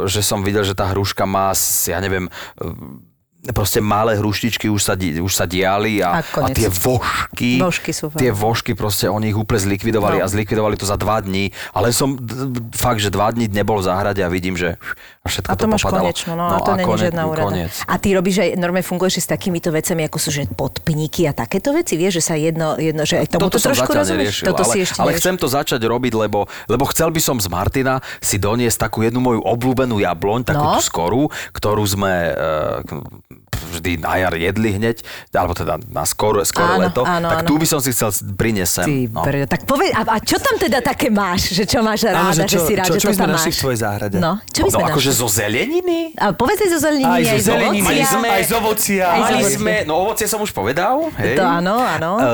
Speaker 3: že som videl, že tá hruška má, s- ja neviem, eh, proste malé hruštičky už sa, di- už sa diali a,
Speaker 4: A konec.
Speaker 3: a tie vožky,
Speaker 4: Vožky sú fakt.
Speaker 3: tie vožky proste oni ich úplne zlikvidovali
Speaker 4: No.
Speaker 3: no. a zlikvidovali to za dva dní, ale som d- d- fakt, že dva dní nebol v záhrade a vidím, že a
Speaker 4: A
Speaker 3: všetko
Speaker 4: to,
Speaker 3: to
Speaker 4: máš
Speaker 3: popadalo.
Speaker 4: konečno, no, a to není
Speaker 3: kone-
Speaker 4: žiadna úrada.
Speaker 3: Konec.
Speaker 4: A ty robíš aj, normálne funguješ aj s takýmito vecami, ako sú, že podpníky a takéto veci, vieš, že sa jedno, jedno že aj tomu to
Speaker 3: Toto som
Speaker 4: trošku
Speaker 3: zatiaľ
Speaker 4: rozumieš?
Speaker 3: neriešil,
Speaker 4: Toto
Speaker 3: ale,
Speaker 4: si ešte
Speaker 3: ale
Speaker 4: neriešil.
Speaker 3: chcem to začať robiť, lebo, lebo chcel by som z Martina si doniesť takú jednu moju obľúbenú jabloň, takú
Speaker 4: No.
Speaker 3: tú skorú, ktorú sme e, k- vždy na jar jedli hneď, alebo teda na skoro, skoro
Speaker 4: Áno,
Speaker 3: leto,
Speaker 4: áno,
Speaker 3: tak
Speaker 4: áno.
Speaker 3: tu by som si chcel s- priniesť sem.
Speaker 4: Ty,
Speaker 3: no.
Speaker 4: brďo, tak povedz, a, a čo tam teda také máš, že čo máš ráda,
Speaker 2: že
Speaker 4: že
Speaker 2: čo-
Speaker 4: si rád,
Speaker 2: čo-
Speaker 4: že
Speaker 2: čo by
Speaker 4: to
Speaker 2: sme
Speaker 4: tam
Speaker 2: našli
Speaker 4: máš?
Speaker 2: v tvojej záhrade?
Speaker 4: No, čo by
Speaker 3: no
Speaker 4: sme
Speaker 3: akože
Speaker 4: našli?
Speaker 3: zo zeleniny?
Speaker 4: A povedz aj zo zeleniny,
Speaker 2: No, Aj zo
Speaker 4: aj z
Speaker 2: zeleniny,
Speaker 4: ovocia.
Speaker 2: aj sme- aj z ovocia.
Speaker 4: Aj z
Speaker 3: Mali
Speaker 4: ovocia.
Speaker 3: sme, no ovocie som už povedal. Hej.
Speaker 4: To áno, áno.
Speaker 3: E,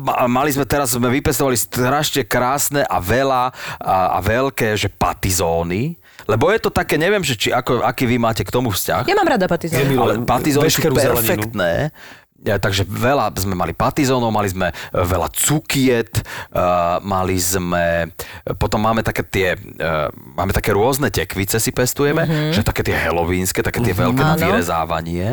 Speaker 3: ma- mali sme teraz, sme vypestovali strašne krásne a veľa a, a veľké, že patizóny. Lebo je to také, neviem, že či ako, aký vy máte k tomu vzťah.
Speaker 4: Ja mám rada patizón.
Speaker 2: Nemil-
Speaker 3: ale
Speaker 2: milujem
Speaker 3: patizóny sú
Speaker 2: veškerú zeleninu.
Speaker 3: perfektné. Ja, takže veľa sme mali patizónov, mali sme e, veľa cukiet, uh, mali sme, e, potom máme také tie, uh, máme také rôzne tekvice si pestujeme, mm-hmm. že také tie helovínske, také tie veľké na
Speaker 4: Mhm. Áno.
Speaker 3: vyrezávanie.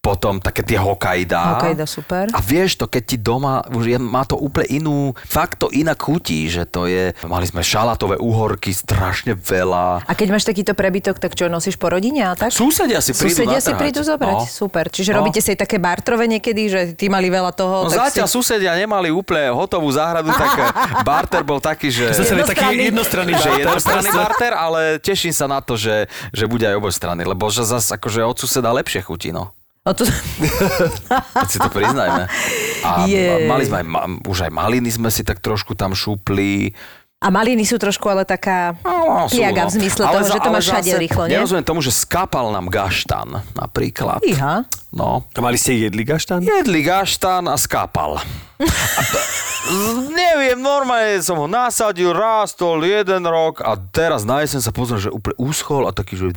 Speaker 3: Potom také tie Hokkaido.
Speaker 4: Hokkaido, super.
Speaker 3: A vieš to, keď ti doma, už je, má to úplne inú, fakt to inak chutí, že to je, mali sme šalatové úhorky, strašne veľa.
Speaker 4: A keď máš takýto prebytok, tak čo nosíš po rodine a tak?
Speaker 3: Susedia si prídu
Speaker 4: Susedia si
Speaker 3: natrhať.
Speaker 4: prídu zobrať, no.
Speaker 3: No.
Speaker 4: super. Čiže
Speaker 3: No.
Speaker 4: robíte si aj také bartrové niekedy, že ty mali veľa toho.
Speaker 3: No
Speaker 4: tak
Speaker 3: zatiaľ
Speaker 4: si...
Speaker 3: susedia nemali úplne hotovú záhradu, tak eh, barter bol taký, že...
Speaker 2: Zase je
Speaker 4: Jednostranný.
Speaker 2: taký jednostranný
Speaker 3: že
Speaker 2: barter.
Speaker 3: jednostranný barter, ale teším sa na to, že, že bude aj obojstranný, lebo že zase akože od suseda lepšie chutí, no.
Speaker 4: O, to...
Speaker 3: Keď si to priznajme. A, a
Speaker 4: Jej.
Speaker 3: mali sme aj, ma- už aj maliny sme si tak trošku tam šupli.
Speaker 4: A maliny sú trošku ale taká
Speaker 3: No, sú,
Speaker 4: piaga v zmysle toho, že to
Speaker 3: ale
Speaker 4: máš všade
Speaker 3: zase
Speaker 4: rýchlo, nie?
Speaker 3: Nerozumiem tomu, že skápal nám gaštan napríklad.
Speaker 4: Iha.
Speaker 3: No.
Speaker 2: A mali ste jedli gaštan?
Speaker 3: Jedli gaštan a skápal. A p- neviem, normálne som ho nasadil, rástol jeden rok a teraz na jeseň sa pozriem, že úplne uschol a taký, že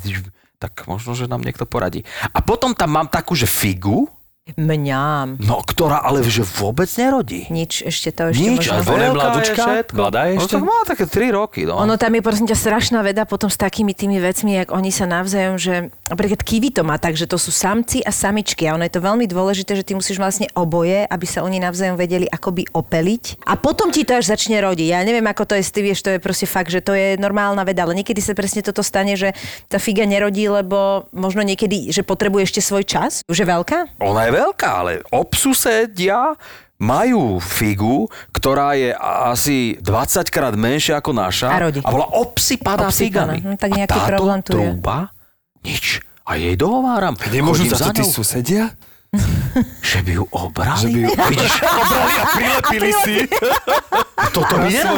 Speaker 3: tak možno, že nám niekto poradí. A potom tam mám takú, že figu,
Speaker 4: Mňám.
Speaker 3: no ktorá ale že vôbec nerodí.
Speaker 4: Nič, ešte to ešte
Speaker 3: Nič,
Speaker 4: možno.
Speaker 3: ale
Speaker 2: Ona je
Speaker 3: veľká
Speaker 2: mladúčka?
Speaker 3: je všetko.
Speaker 2: Mladá je ešte?
Speaker 3: No, tak má také 3 roky, no.
Speaker 4: Ono tam je prosím ťa strašná veda potom s takými tými vecmi, jak oni sa navzájom, že napríklad kiwi to má tak, že to sú samci a samičky a ono je to veľmi dôležité, že ty musíš vlastne oboje, aby sa oni navzájom vedeli akoby opeliť a potom ti to až začne rodiť. Ja neviem, ako to je, ty vieš, to je proste fakt, že to je normálna veda, ale niekedy sa presne toto stane, že tá figa nerodí, lebo možno niekedy, že potrebuje ešte svoj čas, už je veľká?
Speaker 3: Ona je veľká, ale obsusedia majú figu, ktorá je asi 20 krát menšia ako naša.
Speaker 4: A rodí.
Speaker 3: A bola obsypaná,
Speaker 4: Obsypaná.
Speaker 3: figami.
Speaker 4: No, tak nejaký
Speaker 3: a táto
Speaker 4: problém tu je.
Speaker 3: trúba, nič. A jej dohováram.
Speaker 2: Nemôžu
Speaker 3: Chodím
Speaker 2: za to tí
Speaker 3: ňou.
Speaker 2: susedia?
Speaker 3: Že by ju obrali?
Speaker 2: Že by ju...
Speaker 3: Vidíš,
Speaker 5: Obrali a prilepili si.
Speaker 3: a toto by nena-
Speaker 4: To
Speaker 3: toto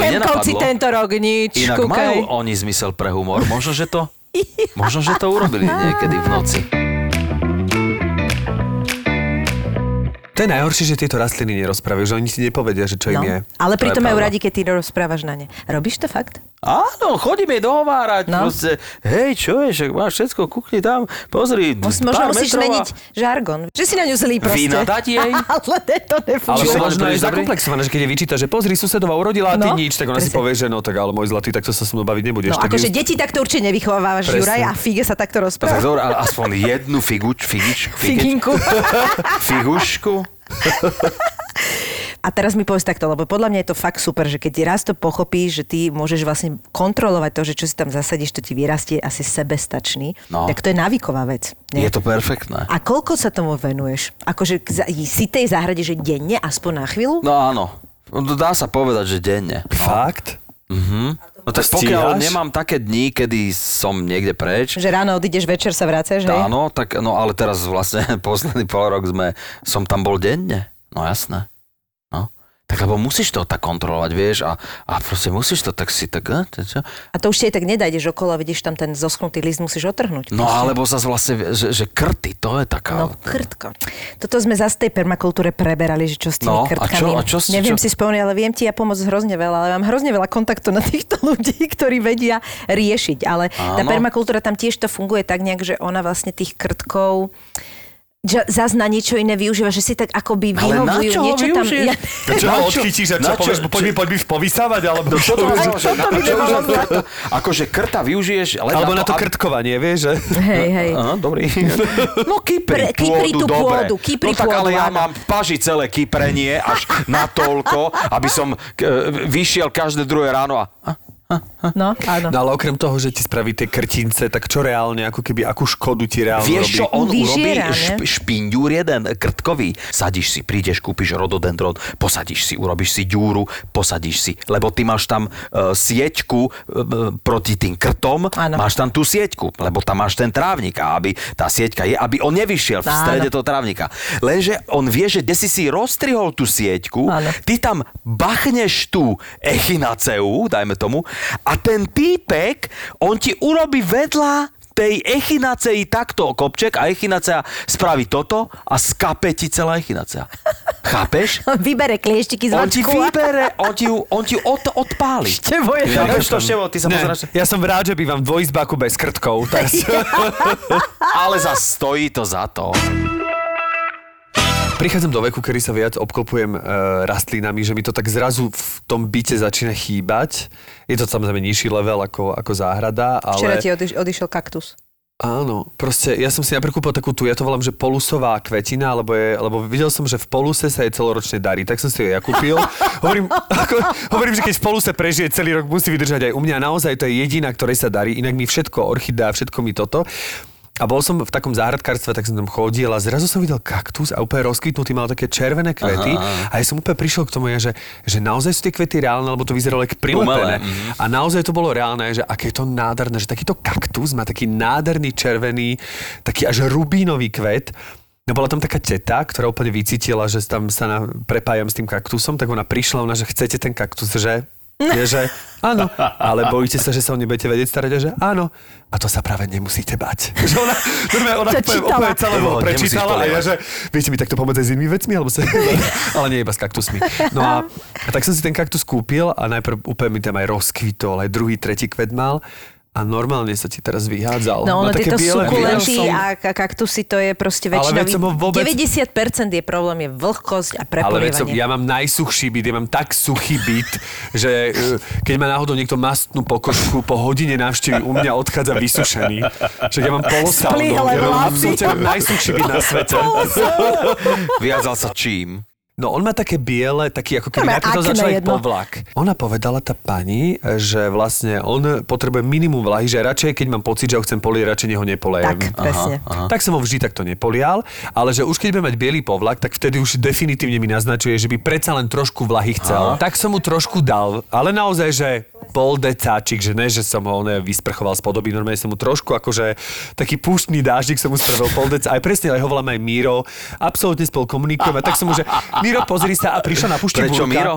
Speaker 3: by
Speaker 4: Kemkovci
Speaker 3: nenapadlo.
Speaker 4: No, tento rok nič,
Speaker 3: Inak
Speaker 4: kúkaj.
Speaker 3: majú oni zmysel pre humor. Možno, že to... Možno, že to urobili niekedy v noci.
Speaker 2: To je najhoršie, že tieto rastliny nerozprávajú, že oni ti nepovedia, že čo im
Speaker 4: No,
Speaker 2: je.
Speaker 4: ale
Speaker 2: To je
Speaker 4: pritom majú
Speaker 2: pravda.
Speaker 4: radi, keď ty rozprávaš na ne. Robíš to fakt?
Speaker 3: Áno, chodím jej dohovárať.
Speaker 4: No.
Speaker 3: No. Proste, hej, čo je, však máš všetko, kukni tam, pozri,
Speaker 4: Mus, možno musíš meniť žargon. Že si na ňu zlý proste.
Speaker 3: Vína dať jej?
Speaker 4: ale ne, to
Speaker 2: Ale
Speaker 4: nefunguje.
Speaker 3: Čiže
Speaker 2: to
Speaker 3: možno
Speaker 2: možno je
Speaker 3: príliš dobrý?
Speaker 2: zakomplexované, že keď je vyčíta, že pozri, susedová urodila a ty
Speaker 4: No,
Speaker 2: nič, tak ona si
Speaker 4: presne.
Speaker 2: povie, že no tak ale môj zlatý, takto sa so mnou baviť nebudeš.
Speaker 4: No
Speaker 2: tak
Speaker 4: akože
Speaker 2: ju-
Speaker 4: deti takto určite nevychovávaš,
Speaker 2: Presne.
Speaker 4: Juraj, a Fige sa takto
Speaker 3: Tak
Speaker 4: rozpráva.
Speaker 3: dobre, ale aspoň jednu figuč, figuč, figuč,
Speaker 4: Figinku.
Speaker 3: figušku.
Speaker 4: A teraz mi povedz takto, lebo podľa mňa je to fakt super, že keď raz to pochopíš, že ty môžeš vlastne kontrolovať to, že čo si tam zasadíš, to ti vyrastie asi sebestačný,
Speaker 3: No.
Speaker 4: tak to je návyková vec.
Speaker 3: Je to perfektné.
Speaker 4: A koľko sa tomu venuješ? Akože k za- si tej záhrade, že denne, aspoň na chvíľu?
Speaker 3: No áno, No, dá sa povedať, že denne.
Speaker 2: Fakt?
Speaker 3: No tak pokiaľ
Speaker 2: Stíhaš?
Speaker 3: nemám také dni, kedy som niekde preč,
Speaker 4: Že ráno odídeš, večer sa vracaš, hej?
Speaker 3: Áno, tak no ale teraz vlastne posledný pol rok sme, som tam bol denne. No jasné. No. Tak lebo musíš to tak kontrolovať, vieš, a, a proste musíš to tak si tak... eh, to čo?
Speaker 4: A to už si aj tak nedajdeš okolo, vidíš tam ten zoschnutý list, musíš otrhnúť.
Speaker 3: No
Speaker 4: proste.
Speaker 3: alebo sa vlastne, že, že krty, to je
Speaker 4: No
Speaker 3: taká...
Speaker 4: krtko. Toto sme zase tej permakultúre preberali, že čo s tými
Speaker 3: No, a
Speaker 4: krtkami.
Speaker 3: čo- a čo ste-
Speaker 4: Neviem si
Speaker 3: čo-
Speaker 4: spomenúť, ale viem ti ja pomôcť hrozne veľa, ale mám hrozne veľa kontaktu na týchto ľudí, ktorí vedia riešiť. Ale Áno. tá
Speaker 3: Áno.
Speaker 4: permakultúra tam tiež to funguje tak nejak, že ona vlastne tých krtkov že zás na niečo iné využíva, že si tak akoby
Speaker 3: Ale na
Speaker 4: vyhovujú
Speaker 3: čo ho
Speaker 4: No, niečo tam.
Speaker 3: využiješ?
Speaker 5: A čo
Speaker 3: Na
Speaker 5: ho
Speaker 3: čo?
Speaker 5: odchytíš a čo
Speaker 3: Na čo?
Speaker 5: povieš, bo poď mi, poď mi povysávať, alebo
Speaker 2: No,
Speaker 5: čo to
Speaker 4: No,
Speaker 3: Čo- čo- na- čo už na krta? Akože krta využiješ... Len
Speaker 2: Alebo na to
Speaker 3: aby-
Speaker 2: krtkovanie, vieš, že...
Speaker 4: Hej, hej.
Speaker 3: Aha, dobrý. No
Speaker 4: Pre-
Speaker 3: kypri,
Speaker 4: kypri tú
Speaker 3: pôdu, dobre.
Speaker 4: pôdu, kypri
Speaker 3: no tak
Speaker 4: pôdu,
Speaker 3: ale ja
Speaker 4: áno.
Speaker 3: mám v paži celé kyprenie až na toľko, aby som e, vyšiel každé druhé ráno a... a
Speaker 4: No, áno.
Speaker 2: No ale okrem toho, že ti spraví tie krtince, tak čo reálne, ako keby, akú škodu ti reálne robí?
Speaker 3: Vieš, čo on
Speaker 4: Vyžiera,
Speaker 3: urobí?
Speaker 4: ne?
Speaker 3: Šp- špinďúr jeden, krtkový. Sadíš si, prídeš, kúpiš rododendron, posadíš si, urobíš si ďúru, posadíš si. Lebo ty máš tam e, sieťku e, e, proti tým krtom,
Speaker 4: Áno.
Speaker 3: máš tam tú sieťku, lebo tam máš ten trávnik a aby tá sieťka je, aby on nevyšiel v
Speaker 4: Áno.
Speaker 3: strede toho trávnika. Lenže on vie, že kde si si roztrihol tú sieťku,
Speaker 4: Áno.
Speaker 3: ty tam bachneš tú echinaceu, dajme tomu, a ten týpek, on ti urobí vedľa tej echinacei takto kopček a echinacea spraví toto a skape ti celá echinacea. Chápeš?
Speaker 4: Vybere klieštiky z
Speaker 3: On ti
Speaker 4: vačku.
Speaker 3: vybere, on ti ju, on ti ju od, odpáli.
Speaker 4: Števo je
Speaker 3: Ja, to števo, ty sa
Speaker 2: Ne,
Speaker 3: pozeráš.
Speaker 2: ja som rád, že bývam v dvojizbáku bez krtkov. Teraz.
Speaker 3: Ale za stojí to za to.
Speaker 2: Prichádzam do veku, kedy sa viac obklopujem e, rastlinami, že mi to tak zrazu v tom byte začína chýbať. Je to samozrejme nižší level ako, ako záhrada, ale...
Speaker 4: Včera ti odiš- odišiel kaktus.
Speaker 2: Áno, proste ja som si napríklad kúpil takú tu, ja to volám, že polusová kvetina, lebo, je, lebo videl som, že v poluse sa jej celoročne darí, tak som si ju ja kúpil. hovorím, ako, hovorím, že keď v poluse prežije celý rok, musí vydržať aj u mňa. Naozaj to je jediná, ktorej sa darí, inak mi všetko, orchidea, všetko mi toto. A bol som v takom záhradkárstve, tak som tam chodil a zrazu som videl kaktus a úplne rozkvitnutý, mal také červené kvety aha, aha. a ja som úplne prišiel k tomu, ja, že, že naozaj sú tie kvety reálne, lebo to vyzeralo ako prilepené.
Speaker 3: Umelé, mhm.
Speaker 2: A naozaj to bolo reálne, že aké je to nádherné, že takýto kaktus má taký nádherný červený, taký až rubínový kvet. No bola tam taká teta, ktorá úplne vycítila, že tam sa na, prepájam s tým kaktusom, tak ona prišla, ona, že chcete ten kaktus, že? Je, že áno, ale bojíte sa, že sa o ne budete vedieť starať, a že áno. A to sa práve nemusíte bať. Že ona, normálne, ona
Speaker 4: To
Speaker 2: úplne,
Speaker 4: čítala.
Speaker 2: úplne celé bolo
Speaker 3: Nemusíš
Speaker 2: prečítala a ja,
Speaker 3: polievať.
Speaker 2: že viete mi takto pomôcť aj s inými vecmi, alebo sa... ale nie iba s kaktusmi. No a, a tak som si ten kaktus kúpil a najprv úplne mi tam aj rozkvitol, aj druhý, tretí kvet mal a normálne sa ti teraz vyhádzal.
Speaker 4: No, ono
Speaker 2: Má také
Speaker 4: tieto
Speaker 2: biele-
Speaker 4: sukulenty
Speaker 2: biele som-
Speaker 4: a ka- kaktusy, to je proste
Speaker 2: Ale
Speaker 4: väčšina.
Speaker 2: veď som ho vôbec-
Speaker 4: 90% je problém, je vlhkosť a
Speaker 2: Ale veď som,
Speaker 4: prepolievanie.
Speaker 2: ja mám najsuchší byt, ja mám tak suchý byt, že e, keď má náhodou niekto mastnú pokožku, po hodine návštevy u mňa odchádza vysušený. Však ja mám polosalnú,
Speaker 4: Splihle
Speaker 2: ja
Speaker 4: vlasy.
Speaker 2: mám absolútne mám najsuchší byt na svete.
Speaker 3: Viazal sa čím?
Speaker 2: No on má také biele, taký ako
Speaker 4: To má
Speaker 2: keby najprv to
Speaker 4: akné
Speaker 2: začal ísť
Speaker 4: jedno.
Speaker 2: povlak. Ona povedala tá pani, že vlastne on potrebuje minimum vlahy, že radšej keď mám pocit, že ho chcem polieť, radšej ho nepolejem.
Speaker 4: Tak, presne.
Speaker 2: Aha. Tak som ho vždy takto nepolial, ale že už keď budem mať biely povlak, tak vtedy už definitívne mi naznačuje, že by predsa len trošku vlahy chcel. Aha. Tak som mu trošku dal, ale naozaj, že pol decáčik, že ne, že som ho ne, vysprchoval z podoby, normálne som mu trošku akože taký púštný dáždik som mu spravil pol decá. Aj presne, ale ho volám aj Miro. Absolútne spolu komunikujeme. Tak som mu, že Miro, pozri sa a prišla na pušti
Speaker 3: Prečo
Speaker 2: búrka.
Speaker 3: Miro?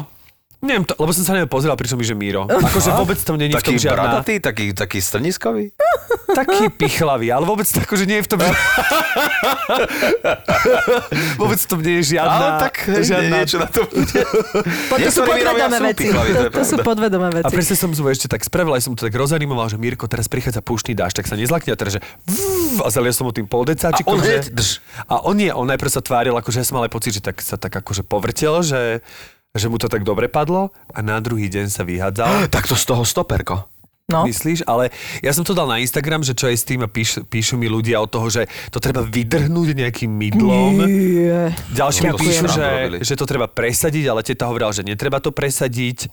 Speaker 2: Neviem, to, lebo som sa neviem pozeral, prišlo mi, že Miro. Akože vôbec tam není v tom
Speaker 3: Taký
Speaker 2: žiadna...
Speaker 3: bradatý, taký, taký strniskový?
Speaker 2: Taký pichlavý, ale vôbec to akože nie je v tom... Že... vôbec v tom nie je žiadna...
Speaker 3: Ale tak hej,
Speaker 2: žiadna...
Speaker 3: niečo na to bude.
Speaker 4: Po, to sú
Speaker 3: Niektorí výrobia
Speaker 4: podvedomé
Speaker 3: sú
Speaker 4: veci.
Speaker 3: pichlavý, to
Speaker 4: To,
Speaker 3: je
Speaker 4: to sú podvedomé
Speaker 2: A
Speaker 4: veci.
Speaker 2: presne som mu ešte tak spravil, aj som mu to tak rozanimoval, že Mirko, teraz prichádza púštny dáš, tak sa nezlakne a teraz, že vv, a zalial som mu tým poldecáčikom.
Speaker 3: A on hneď
Speaker 2: že...
Speaker 3: drž.
Speaker 2: A on nie, on najprv sa tváril, akože ja som mal aj pocit, že tak, sa tak akože povrtel, že, že mu to tak dobre padlo a na druhý deň sa vyhádzal.
Speaker 3: Tak to z toho stoperko.
Speaker 4: No.
Speaker 2: Myslíš? Ale ja som to dal na Instagram, že čo je s tým a píš, píšu mi ľudia od toho, že to treba vydrhnúť nejakým mydlom.
Speaker 4: Je.
Speaker 2: Ďalší mi
Speaker 3: No, to
Speaker 2: píšu,
Speaker 3: si srandu
Speaker 2: že,
Speaker 3: robili.
Speaker 2: že to treba presadiť, ale teta hovorila, že netreba to presadiť.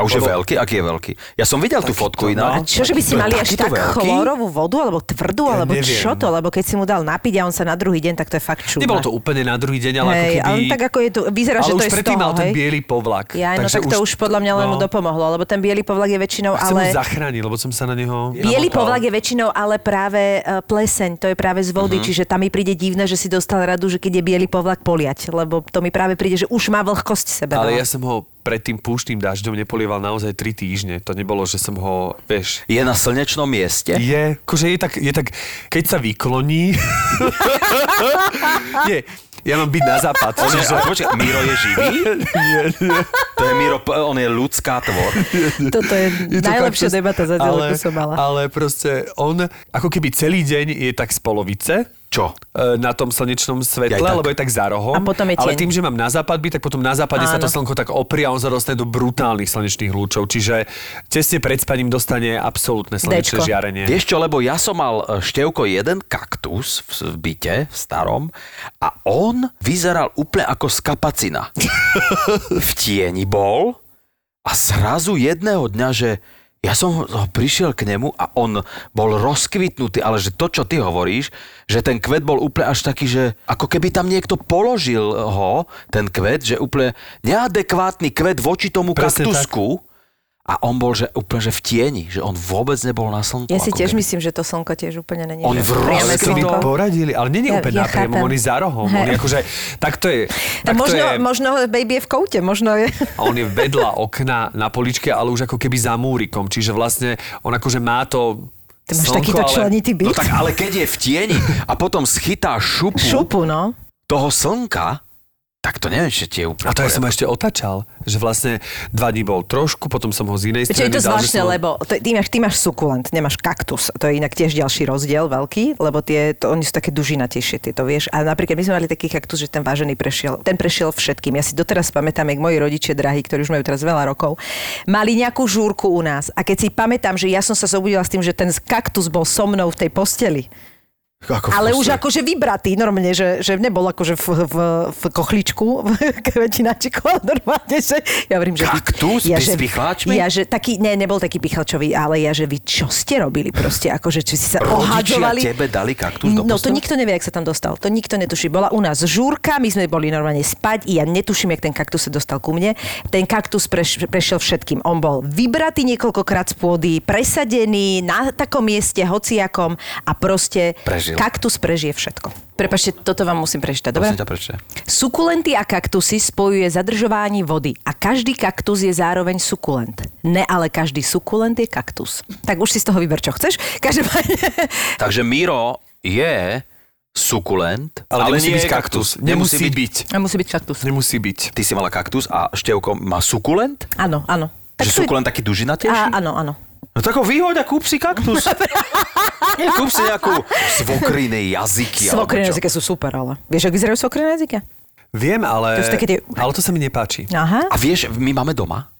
Speaker 3: A už je
Speaker 2: Lebo-
Speaker 3: veľký? Aký je veľký? Ja som videl tú
Speaker 4: A
Speaker 3: fotku iná.
Speaker 4: čože by si mali až
Speaker 3: Takýto
Speaker 4: tak
Speaker 3: veľký?
Speaker 4: chlorovú vodu, alebo tvrdú,
Speaker 2: Ja
Speaker 4: alebo
Speaker 2: neviem. no.
Speaker 4: čo to? Lebo keď si mu dal napiť a on sa na druhý deň, tak to je fakt čudné.
Speaker 2: Nebolo to úplne na druhý deň, ale
Speaker 4: Hej,
Speaker 2: ako keby...
Speaker 4: ale tak ako je tu, vyzerá,
Speaker 2: ale
Speaker 4: že to
Speaker 2: už
Speaker 4: je z
Speaker 2: predtým
Speaker 4: toho,
Speaker 2: mal ten
Speaker 4: hej?
Speaker 2: biely povlak.
Speaker 4: Ja, no
Speaker 2: takže no.
Speaker 4: tak to už podľa mňa len mu dopomohlo, lebo ten biely povlak je väčšinou,
Speaker 2: Chcem ale...
Speaker 4: ale...
Speaker 2: mu zachrániť, lebo som sa na neho...
Speaker 4: Bielý povlak je väčšinou ale práve e, pleseň, to je práve z
Speaker 2: Mhm.
Speaker 4: vody, čiže tam mi príde divné, že si dostal radu, že keď je bielý povlak poliať, lebo to mi práve príde, že už má vlhkosť sebe. no.
Speaker 2: Ale ja som ho pred tým púštnym dažďom nepolieval naozaj 3 týždne. To nebolo, že som ho, vieš...
Speaker 3: Je na slnečnom mieste?
Speaker 2: Je, akože je tak, je tak, keď sa vykloní... Nie, ja mám byť na západ.
Speaker 3: On je,
Speaker 2: čiže-
Speaker 3: ale počkaj, Miro je živý? nie, nie. To je Miro, on je ľudská tvor.
Speaker 4: Toto je,
Speaker 2: Je to
Speaker 4: najlepšia
Speaker 2: kaktus,
Speaker 4: debata za celú, ale... som mala.
Speaker 2: Ale proste on, ako keby celý deň je tak z polovice.
Speaker 3: Čo?
Speaker 2: E, Na tom slnečnom svetle,
Speaker 3: Aj tak.
Speaker 2: lebo je tak za
Speaker 4: A
Speaker 2: rohom.
Speaker 4: potom je
Speaker 2: ale
Speaker 4: tieň.
Speaker 2: tým, že mám na západ byť, tak potom na západe sa to
Speaker 4: Áno.
Speaker 2: slnko tak oprie a on sa dostane do brutálnych slnečných lúčov. Čiže tesne pred spaním dostane absolútne slnečné
Speaker 4: Dečko.
Speaker 2: žiarenie.
Speaker 3: Vieš čo, lebo ja som mal e, števko jeden kaktus v v byte, v starom, a on vyzeral úplne ako skapacina. v tieni bol a zrazu jedného dňa, že ja som ho, ho prišiel k nemu a on bol rozkvitnutý, ale že to, čo ty hovoríš, že ten kvet bol úplne až taký, že ako keby tam niekto položil ho, ten kvet, že úplne neadekvátny kvet voči tomu
Speaker 2: Presne tak.
Speaker 3: kaktusku. A on bol že úplne že v tieni, že on vôbec nebol na slnku.
Speaker 4: Ja si
Speaker 3: ako
Speaker 4: tiež
Speaker 3: keby.
Speaker 4: myslím, že to slnko tiež úplne není.
Speaker 3: On
Speaker 4: že-
Speaker 3: v
Speaker 4: priame
Speaker 2: Ale to by
Speaker 4: slnko.
Speaker 2: poradili, ale nie je
Speaker 4: Ja-
Speaker 2: úplne
Speaker 4: ja
Speaker 2: ja,
Speaker 4: chápem.
Speaker 2: on je za rohom. On je
Speaker 4: Hej.
Speaker 2: akože, tak to je.
Speaker 4: Tak
Speaker 2: Tak to
Speaker 4: možno,
Speaker 2: je,
Speaker 4: možno baby je v koute, možno je...
Speaker 2: a on je vedľa okna na poličke, ale už ako keby za múrikom. Čiže vlastne on akože má to...
Speaker 4: Ty máš takýto členitý byt?
Speaker 3: No tak ale keď je v tieni a potom schytá šupu
Speaker 4: Šupu, no.
Speaker 3: toho slnka, tak to neviem, či ti je
Speaker 2: A
Speaker 3: úplne...
Speaker 2: to ja som
Speaker 3: v poriadku.
Speaker 2: ešte otačal, že vlastne dva dní bol trošku, potom som ho z
Speaker 4: Čo
Speaker 2: inej
Speaker 4: je to
Speaker 2: strany dal, že
Speaker 4: zvláštne,
Speaker 2: som ho-
Speaker 4: lebo to, ty, máš, ty máš sukulent, nemáš kaktus. To je inak tiež ďalší rozdiel veľký, lebo tie, to, oni sú také dužinatejšie, ty to vieš. A napríklad my sme mali taký kaktus, že ten vážený prešiel, ten prešiel všetkým. Ja si doteraz pamätám, jak moji rodičia drahí, ktorí už majú teraz veľa rokov, mali nejakú žúrku u nás. A keď si pamätám, že ja som sa zobudila s tým, že ten kaktus bol so mnou v tej posteli.
Speaker 3: Ako v
Speaker 4: Ale už
Speaker 3: kuse.
Speaker 4: akože vybratý, normálne, že, že nebol akože v, v, v kochličku, v kvetinačiku, ale normálne, že ja hovorím, že... vy-
Speaker 3: Kaktus? Ty s pichláčmi?
Speaker 4: Ja, že taký, ne, nebol taký pichlačový, ale ja, že vy čo ste robili proste, akože či si sa
Speaker 3: Rodičia
Speaker 4: ohadzovali...
Speaker 3: tebe dali kaktus do
Speaker 4: No to
Speaker 3: postele?
Speaker 4: nikto nevie, jak sa tam dostal. To nikto netuší. Bola u nás žúrka, my sme boli normálne spať i ja netuším, jak ten kaktus sa dostal ku mne. Ten kaktus preš, prešiel všetkým. On bol vybratý niekoľkokrát z pôdy, presadený na takom mieste, hociakom a proste
Speaker 3: Prežil.
Speaker 4: kaktus prežije všetko. Prepašte, toto vám musím prečítať, dobre?
Speaker 3: Prosím ťa, prečo?
Speaker 4: Sukulenty a kaktusy spojuje zadržování vody a každý kaktus je zároveň sukulent. Ne, ale každý sukulent je kaktus. Tak už si z toho vyber, čo chceš. Každopádne,
Speaker 3: Takže Miro je sukulent,
Speaker 2: Ale, ale nemusí
Speaker 3: nie
Speaker 2: byť
Speaker 3: je
Speaker 2: kaktus. Nemusí, byť.
Speaker 4: a musí byť kaktus.
Speaker 2: Nemusí byť.
Speaker 3: Ty si mala kaktus a Števko má sukulent?
Speaker 4: Áno, áno.
Speaker 3: Tak že
Speaker 4: to je-
Speaker 3: sukulent taký
Speaker 4: Á,
Speaker 3: dužinatejší?
Speaker 4: áno, áno.
Speaker 3: No tak ho vyhoď a kúp si kaktus. kúp si nejakú svokriny jazyky. alebo
Speaker 4: Svokriné
Speaker 3: čo.
Speaker 4: jazyky sú super, ale vieš, ak vyzerajú svokriné jazyky?
Speaker 2: Viem, ale...
Speaker 4: To sú také tie- No.
Speaker 2: Ale to sa mi nepáči.
Speaker 4: Aha.
Speaker 3: A vieš, my máme doma,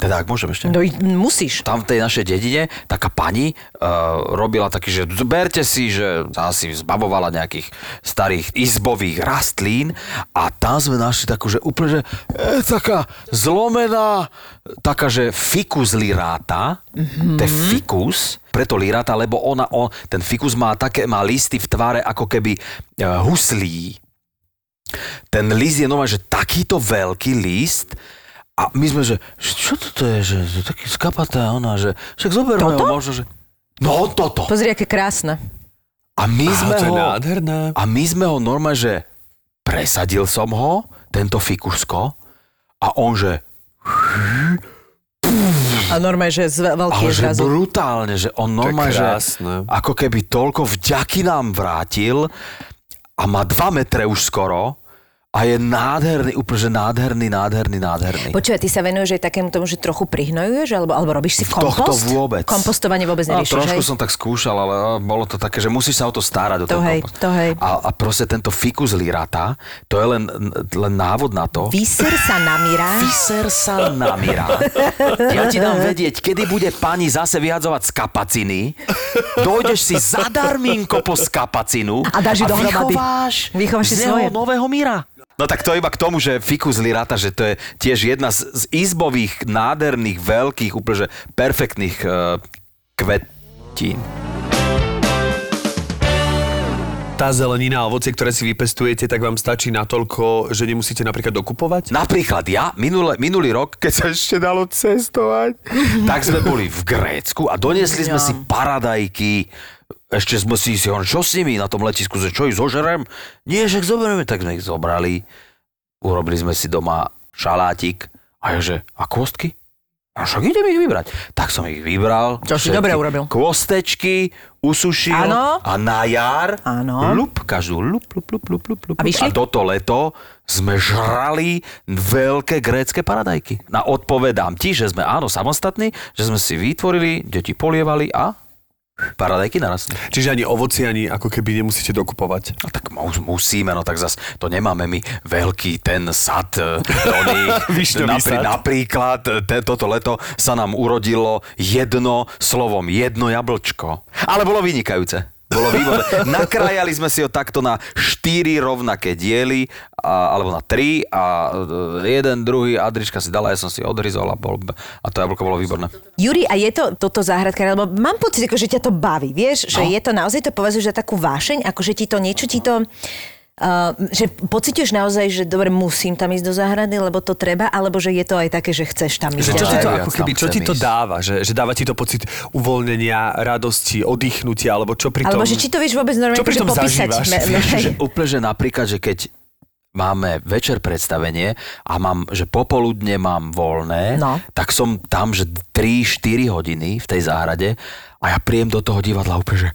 Speaker 3: teda ak môžem ešte,
Speaker 4: No i- musíš.
Speaker 3: tam v tej našej dedine taká pani uh, robila taký, že berte si, že sa asi zbavovala nejakých starých izbových rastlín a tam sme našli takú, že úplne, že e, taká zlomená, taká, že fikus liráta, mm-hmm. to je fikus, preto liráta, lebo ona, on, ten fikus má také, má listy v tvare ako keby uh, huslí. Ten list je normálne, že takýto veľký list A my sme, že že čo toto je, že, že taký skapatá ona, že však zoberme ho možno, že... No toto.
Speaker 4: Pozri, aké krásne.
Speaker 3: A my sme
Speaker 2: Á, to je
Speaker 3: ho...
Speaker 2: nádherné.
Speaker 3: A my sme ho normálne, že presadil som ho, tento fikuško, a on že,
Speaker 4: A normálne, že z veľký
Speaker 3: ale
Speaker 4: je
Speaker 3: že
Speaker 4: zrazu.
Speaker 3: brutálne, že on normálne, že
Speaker 2: krásne.
Speaker 3: ako keby toľko vďaky nám vrátil a má 2 metre už skoro a je nádherný, úplne, že nádherný, nádherný, nádherný.
Speaker 4: Počúvaj, ty sa venuješ aj takému tomu, že trochu prihnojuješ, alebo, alebo robíš si kompost?
Speaker 3: Tohto vôbec.
Speaker 4: Kompostovanie vôbec
Speaker 3: No,
Speaker 4: neriešiš,
Speaker 3: trošku
Speaker 4: hej?
Speaker 3: som tak skúšal, ale á, bolo to také, že musíš sa o to starať. O
Speaker 4: To
Speaker 3: ten
Speaker 4: hej,
Speaker 3: kompost.
Speaker 4: to hej.
Speaker 3: A, a proste tento fikus lirata, to je len, len návod na to.
Speaker 4: Vyser sa namirá.
Speaker 3: Vyser sa namirá. Ja ti dám vedieť, kedy bude pani zase vyhadzovať z kapaciny. Dojdeš si zadarmínko po skapacinu
Speaker 4: A dáš ju dohromady.
Speaker 3: vychováš,
Speaker 4: Vychováš si
Speaker 3: z neho
Speaker 4: svoje.
Speaker 3: nového míra. No tak to iba k tomu, že fikus lirata, že to je tiež jedna z, z izbových, nádherných, veľkých, úplne že perfektných uh, kvetín.
Speaker 2: Tá zelenina a ovocie, ktoré si vypestujete, tak vám stačí natoľko, že nemusíte napríklad dokupovať?
Speaker 3: Napríklad ja, minule, minulý rok, keď sa ešte dalo cestovať, tak sme boli v Grécku a doniesli sme si paradajky. Ešte sme si si hovorili, čo s nimi na tom letisku, že čo ich zožerem? Nie, že ich zoberieme, tak sme ich zobrali. Urobili sme si doma šalátik a ja že, a kôstky? A však idem ich vybrať. Tak som ich vybral.
Speaker 4: Čo si
Speaker 3: všetky
Speaker 4: dobre urobil.
Speaker 3: Kôstečky, usušil
Speaker 4: Áno.
Speaker 3: a na jar
Speaker 4: Áno.
Speaker 3: lup, každú lup, lup, lup, lup, lup, lup.
Speaker 4: A vyšli?
Speaker 3: A toto leto sme žrali veľké grécké paradajky. Na odpovedám ti, že sme áno samostatní, že sme si vytvorili, deti polievali a paradajky naraz.
Speaker 2: Čiže ani ovocie, ani ako keby nemusíte dokupovať.
Speaker 3: No tak mus- musíme, no tak zas to nemáme my veľký ten sad e, do nich.
Speaker 2: Višňový sad.
Speaker 3: Napríklad e, te, toto leto sa nám urodilo jedno slovom, jedno jablčko. Ale bolo vynikajúce. Bolo výborné. Nakrájali sme si ho takto na štyri rovnaké diely, a, alebo na tri a e, jeden, druhý, Adriška si dala, ja som si odryzol a, bol, a to jablko bolo výborné.
Speaker 4: Juri, a je to toto záhradka, lebo mám pocit, ako, že ťa to baví, vieš, že
Speaker 2: No.
Speaker 4: je to naozaj, to považuješ za takú vášeň, ako že ti to niečo ti to... Uh, že pociťuješ naozaj, že dobre, musím tam ísť do záhrady, lebo to treba, alebo že je to aj také, že chceš tam ísť.
Speaker 2: Že čo ti
Speaker 3: Ja
Speaker 2: to,
Speaker 3: najviac
Speaker 2: ako keby,
Speaker 3: tam
Speaker 2: čo ti
Speaker 3: chcem
Speaker 2: to
Speaker 3: ísť.
Speaker 2: dáva? Že, že dáva ti to pocit uvoľnenia, radosti, oddychnutia, alebo čo pri tom...
Speaker 4: Alebo že či to vieš vôbec normálne
Speaker 2: Čo pri
Speaker 4: akože
Speaker 2: tom
Speaker 4: popísať.
Speaker 2: zažívaš,
Speaker 4: me,
Speaker 2: vieš,
Speaker 4: hej.
Speaker 3: že úplne, že napríklad, že keď máme večer predstavenie a mám, že popoludne mám voľné,
Speaker 4: No.
Speaker 3: tak som tam, že 3-4 hodiny v tej záhrade a ja príjem do toho divadla úplne, že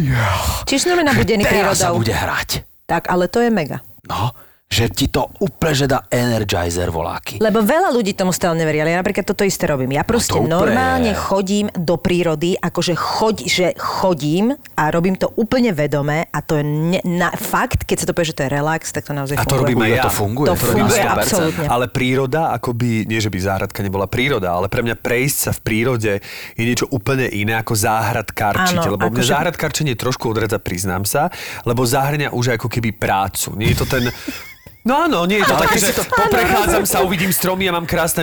Speaker 3: yeah,
Speaker 4: Čiže sme nabudený
Speaker 3: teraz sa
Speaker 4: prírodou.
Speaker 3: bude hrať.
Speaker 4: Tak, ale to je mega.
Speaker 3: No, že ti to úplne, že dá energizer voláky.
Speaker 4: Lebo veľa ľudí tomu stále neverí, ale ja napríklad toto isté robím. Ja proste
Speaker 3: to úplne.
Speaker 4: no normálne chodím do prírody, akože choď, že chodím a robím to úplne vedomé a to je ne, na, fakt, keď sa to povie, že to je relax, tak to naozaj
Speaker 2: A to
Speaker 4: funguje.
Speaker 2: robím aj
Speaker 3: Funguje,
Speaker 2: ja.
Speaker 3: to funguje,
Speaker 4: To
Speaker 3: to robím
Speaker 4: funguje,
Speaker 3: 100%.
Speaker 4: absolútne.
Speaker 2: Ale príroda, akoby, nie že by záhradka nebola príroda, ale pre mňa prejsť sa v prírode je niečo úplne iné ako záhradkárčiť.
Speaker 4: Áno,
Speaker 2: lebo mňa
Speaker 4: akože-
Speaker 2: záhradkárčenie trošku odradza, priznám sa, lebo zahrňa už ako keby prácu. Nie je to ten... No áno, nie je to
Speaker 3: Ale
Speaker 2: také,
Speaker 3: keď
Speaker 2: že
Speaker 3: si to-
Speaker 2: poprechádzam sa, uvidím stromy a mám krásne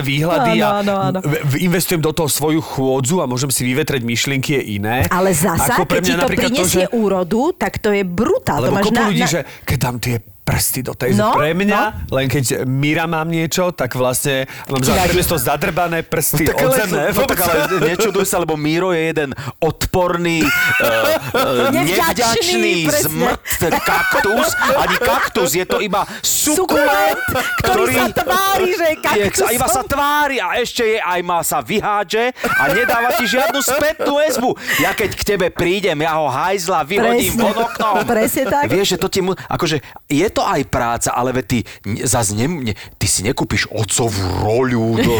Speaker 4: Áno,
Speaker 2: výhľady a
Speaker 4: áno, áno.
Speaker 2: v- v- investujem do toho svoju chôdzu a môžem si vyvetreť myšlienky je iné.
Speaker 4: Ale zasa,
Speaker 2: ako
Speaker 4: keď
Speaker 2: pre
Speaker 4: ti
Speaker 2: mňa
Speaker 4: to
Speaker 2: napríklad to,
Speaker 4: prinesie
Speaker 2: že...
Speaker 4: úrodu, tak to je brutál. to
Speaker 2: Lebo
Speaker 4: máš
Speaker 2: kopu
Speaker 4: na,
Speaker 2: ľudí,
Speaker 4: na...
Speaker 2: že keď dám tie prsty do tej
Speaker 4: No,
Speaker 2: no, pre mňa, no. len keď Mira mám niečo, tak vlastne mám za
Speaker 4: Nevadí.
Speaker 2: pre miesto zadrbané prsty
Speaker 3: Tak
Speaker 2: od
Speaker 3: ale,
Speaker 2: zeme.
Speaker 3: no, tak ale nečuduj sa, lebo Miro je jeden odporný, uh,
Speaker 4: Nevďačný,
Speaker 3: nevďačný,
Speaker 4: presne.
Speaker 3: zmrt kaktus. Ani kaktus, je to iba sukulent,
Speaker 4: Sukulent, ktorý sa tvári, že je
Speaker 3: je-
Speaker 4: kaktusom.
Speaker 3: a iba sa tvári a ešte je, aj má sa vyhádže a nedáva ti žiadnu spätnú väzbu. Ja keď k tebe prídem, ja ho hajzla vyhodím
Speaker 4: Presne.
Speaker 3: von oknom.
Speaker 4: Presne tak.
Speaker 3: Vieš, že to ti mu, akože je to aj práca, ale veď ty ne- zas ne, ne, ty si nekúpiš otcovú roľu. Do,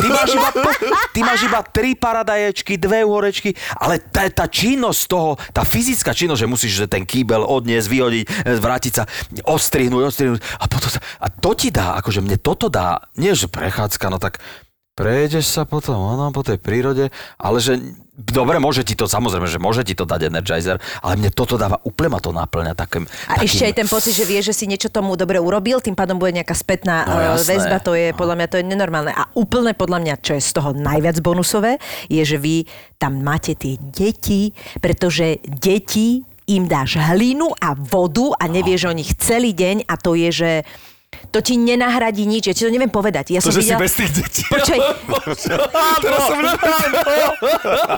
Speaker 3: ty, máš iba, po- ty máš iba tri paradaječky, dve uhorečky, ale tá, tá činnosť toho, tá fyzická činnosť, že musíš že ten kýbel odniesť, vyhodiť, e, vrátiť sa, ostrihnúť, ostrihnúť a potom sa, a to ti dá, akože mne toto dá, nie že prechádzka, no tak Prejdeš sa potom ono, po tej prírode, ale že dobre, môže ti to, samozrejme, že môže ti to dať Energizer, ale mne toto dáva, úplne ma to naplňa takým...
Speaker 4: A
Speaker 3: takým,
Speaker 4: ešte aj ten pocit, že vie, že si niečo tomu dobre urobil, tým pádom bude nejaká spätná
Speaker 3: No,
Speaker 4: no,
Speaker 3: jasné.
Speaker 4: väzba, to je podľa mňa to je nenormálne. A úplne podľa mňa, čo je z toho najviac bonusové, je, že vy tam máte tie deti, pretože deti im dáš hlinu a vodu a nevieš o nich celý deň a to je, že to ti nenahradí nič. Ja ti to neviem povedať. Ja som
Speaker 2: To, že si
Speaker 4: videla...
Speaker 2: bez tých detí.
Speaker 4: Počkaj,
Speaker 2: Teraz som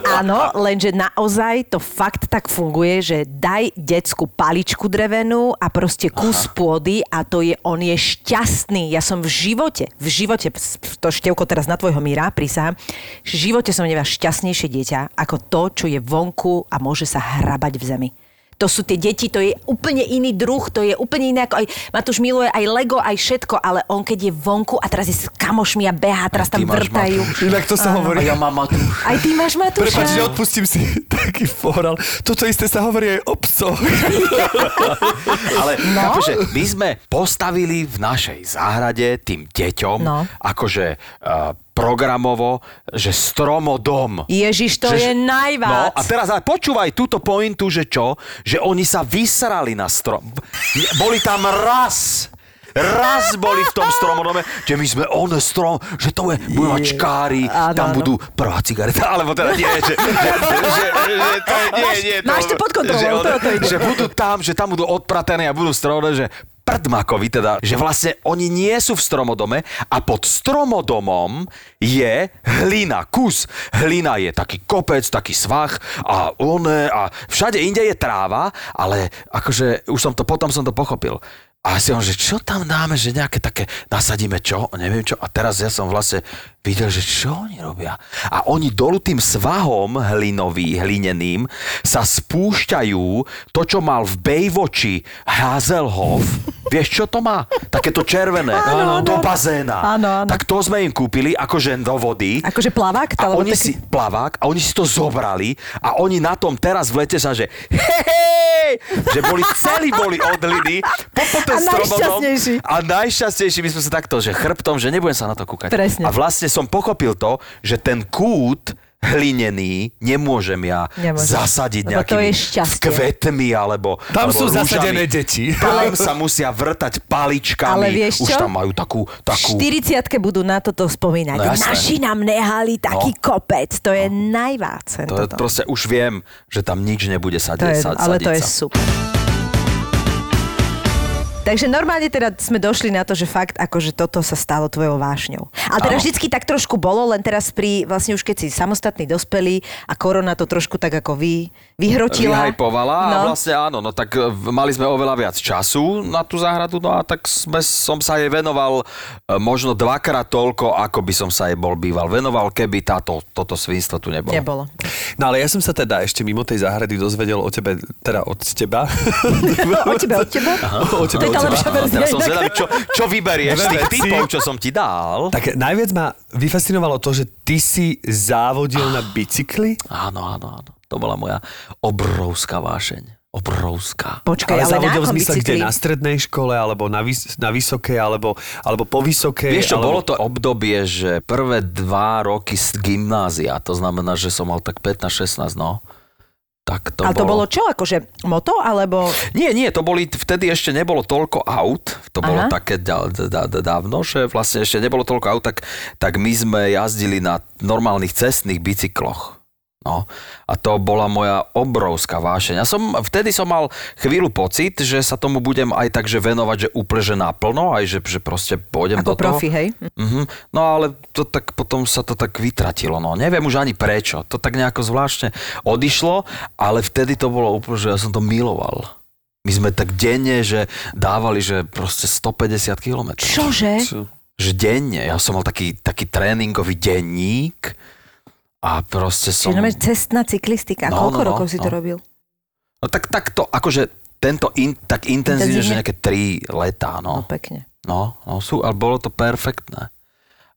Speaker 4: áno, lenže naozaj to fakt tak funguje, že daj decku paličku drevenú a proste kus Aha. pôdy a to je, on je šťastný. Ja som v živote, v živote, ps- to števko teraz na tvojho míra, prísahám, v živote som nevedela šťastnejšie dieťa ako to, čo je vonku a môže sa hrabať v zemi. To sú tie deti, to je úplne iný druh, to je úplne iné ako aj... Matúš miluje aj Lego, aj všetko, ale on keď je vonku a teraz je s kamošmi a beha, teraz
Speaker 3: ty
Speaker 4: tam
Speaker 3: máš
Speaker 4: vrtajú.
Speaker 2: Inak to sa hovorí.
Speaker 3: Ja mám Matúš.
Speaker 4: Aj ty máš Matúša.
Speaker 2: Prepač, že odpustím si taký fóral. Toto isté sa hovorí aj o psoch.
Speaker 3: Ale no? chápeš, že my sme postavili v našej záhrade tým deťom
Speaker 4: No.
Speaker 3: akože uh, programovo, že stromodom.
Speaker 4: Ježiš, to je najviac.
Speaker 3: No a teraz ale počúvaj túto pointu, že čo? Že oni sa vysrali na strom. Boli tam raz. Raz boli v tom stromodome, že my sme on strom, že to je, budú mať čkári,
Speaker 4: Áno,
Speaker 3: tam
Speaker 4: áno.
Speaker 3: budú prvá cigareta, alebo teda nie, že, že, že, že to nie, nie.
Speaker 4: máš to pod kontrolou,
Speaker 3: že,
Speaker 4: to- to ide.
Speaker 3: že budú tam, že tam budú odpratené a budú stromodome, že prdmakovi teda, že vlastne oni nie sú v stromodome a pod stromodomom je hlina, kus. Hlina je taký kopec, taký svah a oné a všade inde je tráva, ale akože už som to, potom som to pochopil. A si on, že čo tam dáme, že nejaké také, nasadíme čo, neviem čo. A teraz ja som vlastne videl, že čo oni robia. A oni dolu tým svahom hlinový, hlineným, sa spúšťajú to, čo mal v Bejvoči Hazelhoff. Vieš, čo to má? Takéto červené.
Speaker 4: Áno,
Speaker 3: do
Speaker 4: áno.
Speaker 3: bazéna.
Speaker 4: Áno, áno.
Speaker 3: Tak to sme im kúpili, akože do vody.
Speaker 4: Akože plavák? to,
Speaker 3: A
Speaker 4: alebo
Speaker 3: oni
Speaker 4: taký-
Speaker 3: si, plavák, a oni si to zobrali a oni na tom teraz v lete sa, že hej, že boli celí boli od liny, popoté
Speaker 4: A najšťastnejší.
Speaker 3: A najšťastnejší my sme sa takto, že chrbtom, že nebudem sa na to kúkať.
Speaker 4: Presne.
Speaker 3: A vlastne som pochopil to, že ten kút hlinený nemôžem ja
Speaker 4: Nemôžeš.
Speaker 3: zasadiť
Speaker 4: Lebo to
Speaker 3: nejakými
Speaker 4: je šťastie.
Speaker 3: kvetmi alebo
Speaker 2: Tam
Speaker 3: alebo
Speaker 2: sú
Speaker 3: rúžami.
Speaker 2: zasadené deti.
Speaker 3: Tam sa musia vrtať paličkami.
Speaker 4: Ale vieš
Speaker 3: Už
Speaker 4: čo?
Speaker 3: tam majú takú,
Speaker 4: v
Speaker 3: takú
Speaker 4: 40 budú na toto spomínať.
Speaker 3: No jasné.
Speaker 4: Naši nám nehali taký
Speaker 3: No.
Speaker 4: kopec. To je najvác.
Speaker 3: To je, proste už viem, že tam nič nebude sadiť.
Speaker 4: to je,
Speaker 3: sad,
Speaker 4: ale
Speaker 3: sadiť
Speaker 4: to je
Speaker 3: sa.
Speaker 4: super. Takže normálne teda sme došli na to, že fakt akože toto sa stalo tvojou vášňou. Ale teda
Speaker 3: Áno.
Speaker 4: vždycky tak trošku bolo, len teraz pri, vlastne už keď si samostatný dospelý a korona to trošku tak ako vy, vyhrotila.
Speaker 3: Vyhajpovala no. a
Speaker 4: No.
Speaker 3: vlastne áno, no tak e, v- mali sme oveľa viac času na tú záhradu, no a tak sme, som sa jej venoval e, možno dvakrát toľko, ako by som sa jej bol býval venoval, keby táto, toto svinstvo tu nebolo.
Speaker 4: Nebolo.
Speaker 2: No ale ja som sa teda ešte mimo tej záhrady dozvedel o tebe, teda od teba.
Speaker 4: O tebe, od teba? To je
Speaker 2: o tebe, od
Speaker 4: tá
Speaker 2: teba.
Speaker 4: lepšia
Speaker 3: Áno,
Speaker 4: verzia.
Speaker 3: teraz som
Speaker 4: inak.
Speaker 3: zvedavý, čo, čo vyberieš z
Speaker 2: Dve
Speaker 3: tých
Speaker 2: veci.
Speaker 3: typov, čo som ti dal.
Speaker 2: Tak najviac ma vyfascinovalo to, že ty si závodil na bicykli.
Speaker 3: Áno, áno, áno. To bola moja obrovská vášeň. Obrovská.
Speaker 4: Počkaj,
Speaker 2: ale,
Speaker 4: ale, na
Speaker 2: závodil v
Speaker 4: akom
Speaker 2: zmysle, kde
Speaker 4: bicykli?
Speaker 2: na strednej škole, alebo na, vys- na vysokej, alebo, alebo po vysokej.
Speaker 3: Vieš čo,
Speaker 2: alebo...
Speaker 3: bolo to obdobie, že prvé dva roky z gymnázia, to znamená, že som mal tak 15-16, no. Tak to
Speaker 4: Ale to bolo čo? Akože moto? Alebo...
Speaker 3: Nie, nie, to boli, vtedy ešte nebolo toľko aut, to bolo
Speaker 4: Aha.
Speaker 3: také da, da, da, dávno, že vlastne ešte nebolo toľko aut, tak, tak my sme jazdili na normálnych cestných bicykloch. No, a to bola moja obrovská vášeň. Ja som, vtedy som mal chvíľu pocit, že sa tomu budem aj tak, že venovať, že úplne, že naplno, aj že, že proste pôjdem
Speaker 4: Ako
Speaker 3: do toho.
Speaker 4: profi, hej?
Speaker 3: Mm-hmm. No ale to tak potom sa to tak vytratilo, no neviem už ani prečo. To tak nejako zvláštne odišlo, ale vtedy to bolo úplne, že ja som to miloval. My sme tak denne, že dávali, že proste 150 km.
Speaker 4: Čože?
Speaker 3: Že denne. Ja som mal taký, taký tréningový denník a proste som...
Speaker 4: Čiže normálne cestná cyklistika.
Speaker 3: No,
Speaker 4: Koľko
Speaker 3: no, no,
Speaker 4: rokov si to
Speaker 3: no.
Speaker 4: robil?
Speaker 3: No tak, tak to, akože tento in, tak
Speaker 4: Intenzívne?
Speaker 3: intenzívne, že nejaké 3 letá, no.
Speaker 4: No pekne.
Speaker 3: No, no sú, ale bolo to perfektné.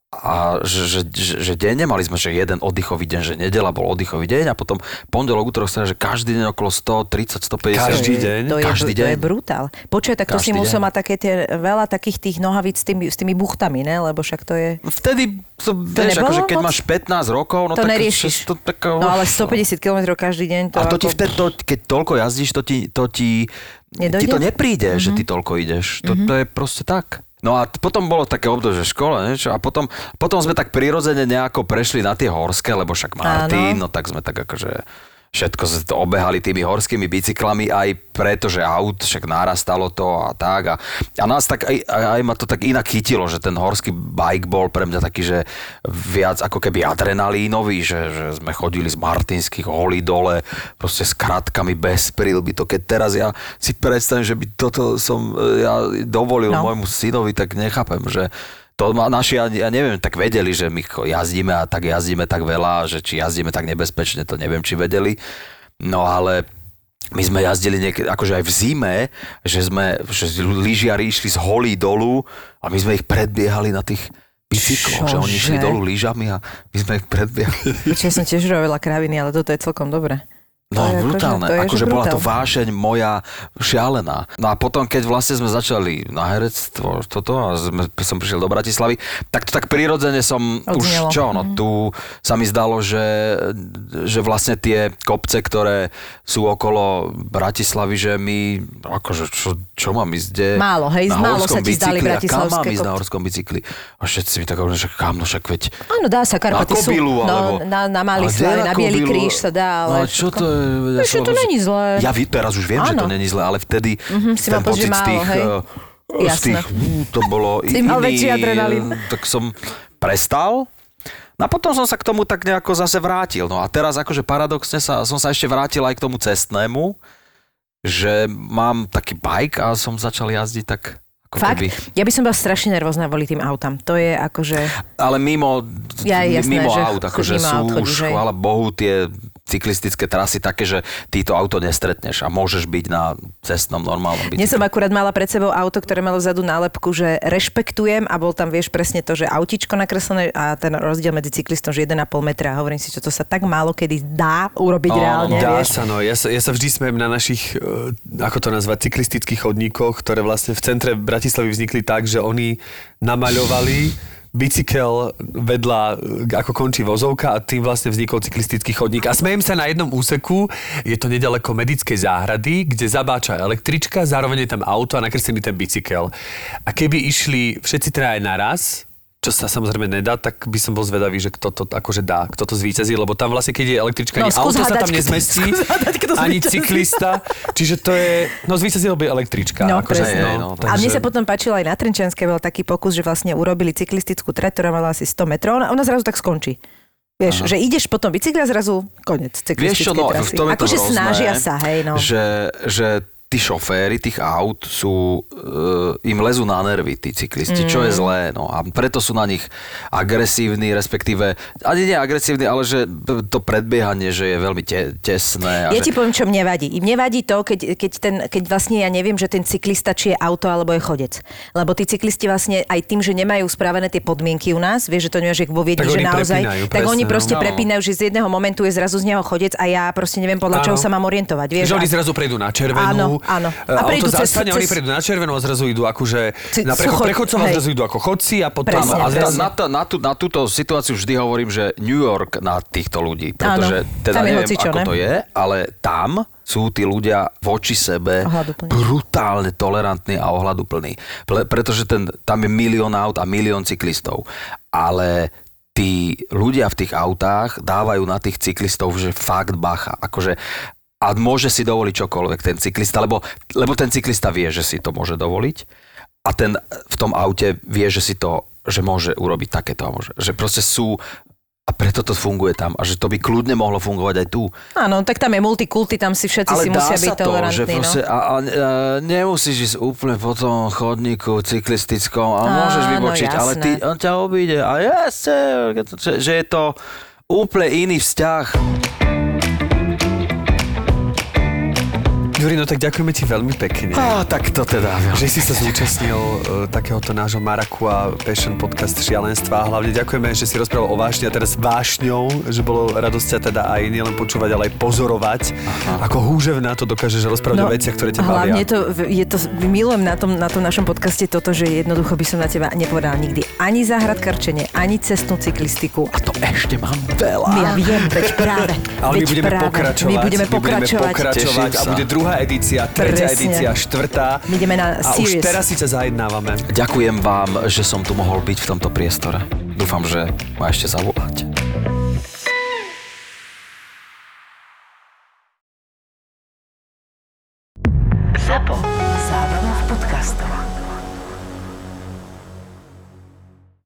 Speaker 3: A že, že, že, že deň nemali sme, že jeden oddychový deň, že nedela bol oddychový deň a potom pondelok, útorok, streda, že každý deň okolo 130, 150.
Speaker 2: Každý
Speaker 4: To je-
Speaker 2: deň?
Speaker 4: To je,
Speaker 3: Každý
Speaker 4: to
Speaker 3: deň.
Speaker 4: je brutál. Počuj, tak to si
Speaker 3: Každý
Speaker 4: musel
Speaker 3: deň.
Speaker 4: mať také tie, veľa takých tých nohavíc s tými, s tými buchtami, ne? Lebo však to je...
Speaker 3: Vtedy, to, vieš,
Speaker 4: nebolo
Speaker 3: akože keď
Speaker 4: moc?
Speaker 3: máš 15 rokov, no
Speaker 4: to
Speaker 3: tak...
Speaker 4: neriešiš.
Speaker 3: To, tak,
Speaker 4: no ale 150 km každý deň to...
Speaker 3: A to ti
Speaker 4: ako-
Speaker 3: vtedy, to, keď toľko jazdíš, to ti, to ti,
Speaker 4: Nedojde?
Speaker 3: ti to nepríde, mm-hmm. že ty toľko ideš. To, mm-hmm. to je proste tak. No a t- potom bolo také obdobie, že škola, niečo, a potom, potom sme tak prirodzene nejako prešli na tie horské, lebo však Martin, no tak sme tak akože všetko sa to obehali tými horskými bicyklami aj preto, že aut však narastalo to a tak. A, a nás tak aj, aj, aj ma to tak inak chytilo, že ten horský bike bol pre mňa taký, že viac ako keby adrenalínový, že, že sme chodili z Martinských holí dole, proste s kratkami bez prílby. To keď teraz ja si predstavím, že by toto som e, ja dovolil
Speaker 4: No.
Speaker 3: no. môjmu synovi, tak nechápem, že to ma, naši, ja, ja neviem, tak vedeli, že my cho- jazdíme a tak jazdíme tak veľa, že či jazdíme tak nebezpečne, to neviem, či vedeli. No ale my sme jazdili niekedy, akože aj v zime, že sme, že lyžiari išli z holí dolu a my sme ich predbiehali na tých bicykloch, že oni išli
Speaker 4: Čože?
Speaker 3: dolu lyžami a my sme ich predbiehali.
Speaker 4: Čo som tiež robila kraviny, ale toto je celkom dobré.
Speaker 3: No
Speaker 4: To je akože-
Speaker 3: brutálne,
Speaker 4: to je, že
Speaker 3: akože bola to
Speaker 4: brutálne.
Speaker 3: vášeň moja šialená. No a potom, keď vlastne sme začali na herectvo, toto, a sme, som prišiel do Bratislavy, tak to tak prirodzene som
Speaker 4: Odznelo.
Speaker 3: už, čo no, tu sa mi zdalo, že, že vlastne tie kopce, ktoré sú okolo Bratislavy, že my, akože čo, čo mám ísť, kde?
Speaker 4: Málo, hej,
Speaker 3: na
Speaker 4: málo sa
Speaker 3: horskom
Speaker 4: ti zdali
Speaker 3: bicykli, a kam mám
Speaker 4: bratislavské
Speaker 3: ísť na
Speaker 4: kopce?
Speaker 3: horskom bicykli? A všetci mi tak hovorili, že kam, no však veď,
Speaker 4: Áno, dá sa, Karpaty
Speaker 3: na Kobylu,
Speaker 4: sú.
Speaker 3: alebo...
Speaker 4: No, na, na Malý
Speaker 3: Ale kde
Speaker 4: Slav, na Bielý
Speaker 3: Kobylu?
Speaker 4: kríž sa dá, ale...
Speaker 3: no, čo to
Speaker 4: všetko-
Speaker 3: je?
Speaker 4: No, čo to
Speaker 3: som-
Speaker 4: není zlé.
Speaker 3: Ja vi- teraz už viem, že to
Speaker 4: Áno. Mhm,
Speaker 3: není zlé, ale vtedy mm-hmm,
Speaker 4: si
Speaker 3: ten
Speaker 4: mal pocit, že
Speaker 3: pocit z
Speaker 4: málo,
Speaker 3: tých...
Speaker 4: hej?
Speaker 3: eh, Z
Speaker 4: Jasné.
Speaker 3: tých mm, to bolo eh,
Speaker 4: Si mal väčší adrenalín.
Speaker 3: Tak som prestal. No a potom som sa k tomu tak nejako zase vrátil. No a teraz akože paradoxne sa, som sa ešte vrátil aj k tomu cestnému, že mám taký bike a som začal jazdiť tak ako
Speaker 4: Fakt?
Speaker 3: keby...
Speaker 4: Ja by som bola strašne nervózna kvôli tým autám. To je akože...
Speaker 3: Ale mimo,
Speaker 4: Ja,
Speaker 3: mi-
Speaker 4: jasné,
Speaker 3: mimo
Speaker 4: že
Speaker 3: aut,
Speaker 4: chodí
Speaker 3: akože
Speaker 4: mimo
Speaker 3: sú
Speaker 4: aut,
Speaker 3: už,
Speaker 4: chodíš, hej.
Speaker 3: chvála Bohu, tie cyklistické trasy také, že ty to auto nestretneš a môžeš byť na cestnom normálnom
Speaker 4: Dnes
Speaker 3: bicykli.
Speaker 4: som akurát mala pred sebou auto, ktoré malo vzadu nálepku, že rešpektujem a bol tam, vieš, presne to, že autičko nakreslené a ten rozdiel medzi cyklistom, že 1,5 metra. A Hovorím si, čo to sa tak málo kedy dá urobiť
Speaker 3: Áno,
Speaker 4: reálne,
Speaker 3: No, dá
Speaker 2: Dá
Speaker 4: vieš.
Speaker 2: sa, no. Ja sa, ja sa vždy smejem na našich, e, ako to nazvať, cyklistických chodníkoch, ktoré vlastne v centre Bratislavy vznikli tak, že oni namaľovali bicykel vedľa, e, ako končí vozovka a tým vlastne vznikol cyklistický chodník. A smejem sa na jednom úseku, je to nedaleko medickej záhrady, kde zabáča električka, zároveň je tam auto a nakreslený ten bicykel. A keby išli všetci traja naraz, čo sa samozrejme nedá, tak by som bol zvedavý, že kto to akože dá, kto to zvíťazí, lebo tam vlastne, keď je električka,
Speaker 4: No,
Speaker 2: ani
Speaker 4: skús
Speaker 2: auto sa
Speaker 4: hádať,
Speaker 2: tam
Speaker 4: kto-
Speaker 2: nezmestí,
Speaker 4: skús hádať, kto
Speaker 2: ani
Speaker 4: zvíťazil.
Speaker 2: cyklista, čiže to je, no zvíťazil by električka.
Speaker 4: No,
Speaker 2: akože,
Speaker 4: presne.
Speaker 3: hej,
Speaker 2: no,
Speaker 3: no,
Speaker 4: A mne
Speaker 2: takže-
Speaker 4: sa potom páčilo aj na Trenčianske, bol taký pokus, že vlastne urobili cyklistickú trať, ktorá mala asi 100 metrov, ona, ona zrazu tak skončí. Vieš, Aha. že ideš potom bicykla zrazu konec
Speaker 3: Vieš
Speaker 4: cyklistickej
Speaker 3: čo, no,
Speaker 4: trasy.
Speaker 3: v tom je to
Speaker 4: akože
Speaker 3: hrozné,
Speaker 4: snažia sa, hej, no.
Speaker 3: Že, že tí šoféry tých aut sú, uh, im lezú na nervy tí cyklisti, mm. čo je zlé, no a preto sú na nich agresívni, respektíve, ani nie agresívni, ale že to predbiehanie, že je veľmi te, tesné.
Speaker 4: Ja
Speaker 3: A
Speaker 4: ti
Speaker 3: že,
Speaker 4: poviem, čo mne vadí. Mne vadí to, keď, keď, ten, keď vlastne ja neviem, že ten cyklista, či je auto alebo je chodec. Lebo tí cyklisti vlastne aj tým, že nemajú spravené tie podmienky u nás, vieš, že to nemáš, že vo Viedni,
Speaker 2: Tak
Speaker 4: že
Speaker 2: oni
Speaker 4: naozaj,
Speaker 2: prepínajú,
Speaker 4: tak
Speaker 2: presne,
Speaker 4: oni
Speaker 2: no.
Speaker 4: proste
Speaker 2: No.
Speaker 4: prepínajú, že z jedného momentu je zrazu z neho chodec a ja proste neviem podľa čoho
Speaker 2: Áno.
Speaker 4: sa mám orientovať. Vieš,
Speaker 2: Že oni
Speaker 4: A-
Speaker 2: zrazu prejdú na
Speaker 4: Áno,
Speaker 2: červenú.
Speaker 4: áno.
Speaker 2: A
Speaker 4: A prejdú
Speaker 2: prejdú auto
Speaker 4: cez-
Speaker 2: zastane,
Speaker 4: cez-
Speaker 2: oni prejdú na červenú a zrazu idú akože
Speaker 4: Ci-
Speaker 2: na prechod,
Speaker 4: sú chod-
Speaker 2: prechodcov a
Speaker 4: hej.
Speaker 2: zrazu idú ako chodci a potom...
Speaker 4: Presne,
Speaker 2: a
Speaker 3: Ale
Speaker 2: zrazu,
Speaker 3: teraz
Speaker 4: presne.
Speaker 3: na, to, na, tú, na túto situáciu vždy hovorím, že New York na týchto ľudí, pretože
Speaker 4: Áno,
Speaker 3: teda
Speaker 4: tam je
Speaker 3: neviem,
Speaker 4: hocičo,
Speaker 3: ako
Speaker 4: ne?
Speaker 3: to je, ale tam sú tí ľudia voči sebe
Speaker 4: Ohľaduplní.
Speaker 3: brutálne tolerantní a ohľaduplní. Ple, pretože ten, tam je milión aut a milión cyklistov. Ale tí ľudia v tých autách dávajú na tých cyklistov, že fakt bacha. Akože a môže si dovoliť čokoľvek ten cyklista, lebo, lebo ten cyklista vie, že si to môže dovoliť a ten v tom aute vie, že si to, že môže urobiť takéto a môže, že proste sú a preto to funguje tam a že to by kľudne mohlo fungovať aj tu.
Speaker 4: Áno, tak tam je multikulty, tam si všetci si musia byť
Speaker 3: že
Speaker 4: tolerantní.
Speaker 3: proste,
Speaker 4: no.
Speaker 3: a, a, a nemusíš ísť úplne po tom chodníku cyklistickom a
Speaker 4: Áno,
Speaker 3: môžeš vybočiť, ale ty,
Speaker 4: no jasné.
Speaker 3: on ťa obíde a jasne, že, že je to úplne iný vzťah.
Speaker 2: Juri, no tak ďakujeme ti veľmi pekne.
Speaker 3: A tak to teda.
Speaker 2: že si sa zúčastnil e, takéhoto nášho Marakua Passion podcast šialenstva. A Hlavne ďakujeme, že si rozprával o vášni a teraz vášňou, že bolo radosť ťa teda aj nielen počúvať, ale aj pozorovať, Aha. ako húževná to dokážeš rozprávať no, o veciach, ktoré ťa bavia.
Speaker 4: Hlavne to, je to, milujem na tom, na tom našom podcaste toto, že jednoducho by som na teba nepovedala nikdy ani záhradkarčenie, ani cestnú cyklistiku.
Speaker 3: A to ešte mám veľa.
Speaker 4: Ja viem, veď práve.
Speaker 2: Ale my
Speaker 4: veď
Speaker 2: budeme
Speaker 4: práve.
Speaker 2: pokračovať.
Speaker 4: My budeme pokračovať.
Speaker 2: pokračovať
Speaker 3: Teším
Speaker 2: a
Speaker 3: sa.
Speaker 2: bude druhá edícia, tretia
Speaker 4: Presne.
Speaker 2: edícia, štvrtá.
Speaker 4: My ideme na
Speaker 2: a už
Speaker 4: serious.
Speaker 2: teraz si ťa zajednávame.
Speaker 3: Ďakujem vám, že som tu mohol byť v tomto priestore. Dúfam, že ma ešte zavoláte.
Speaker 4: ZAPO. Zábrná v podcastovách.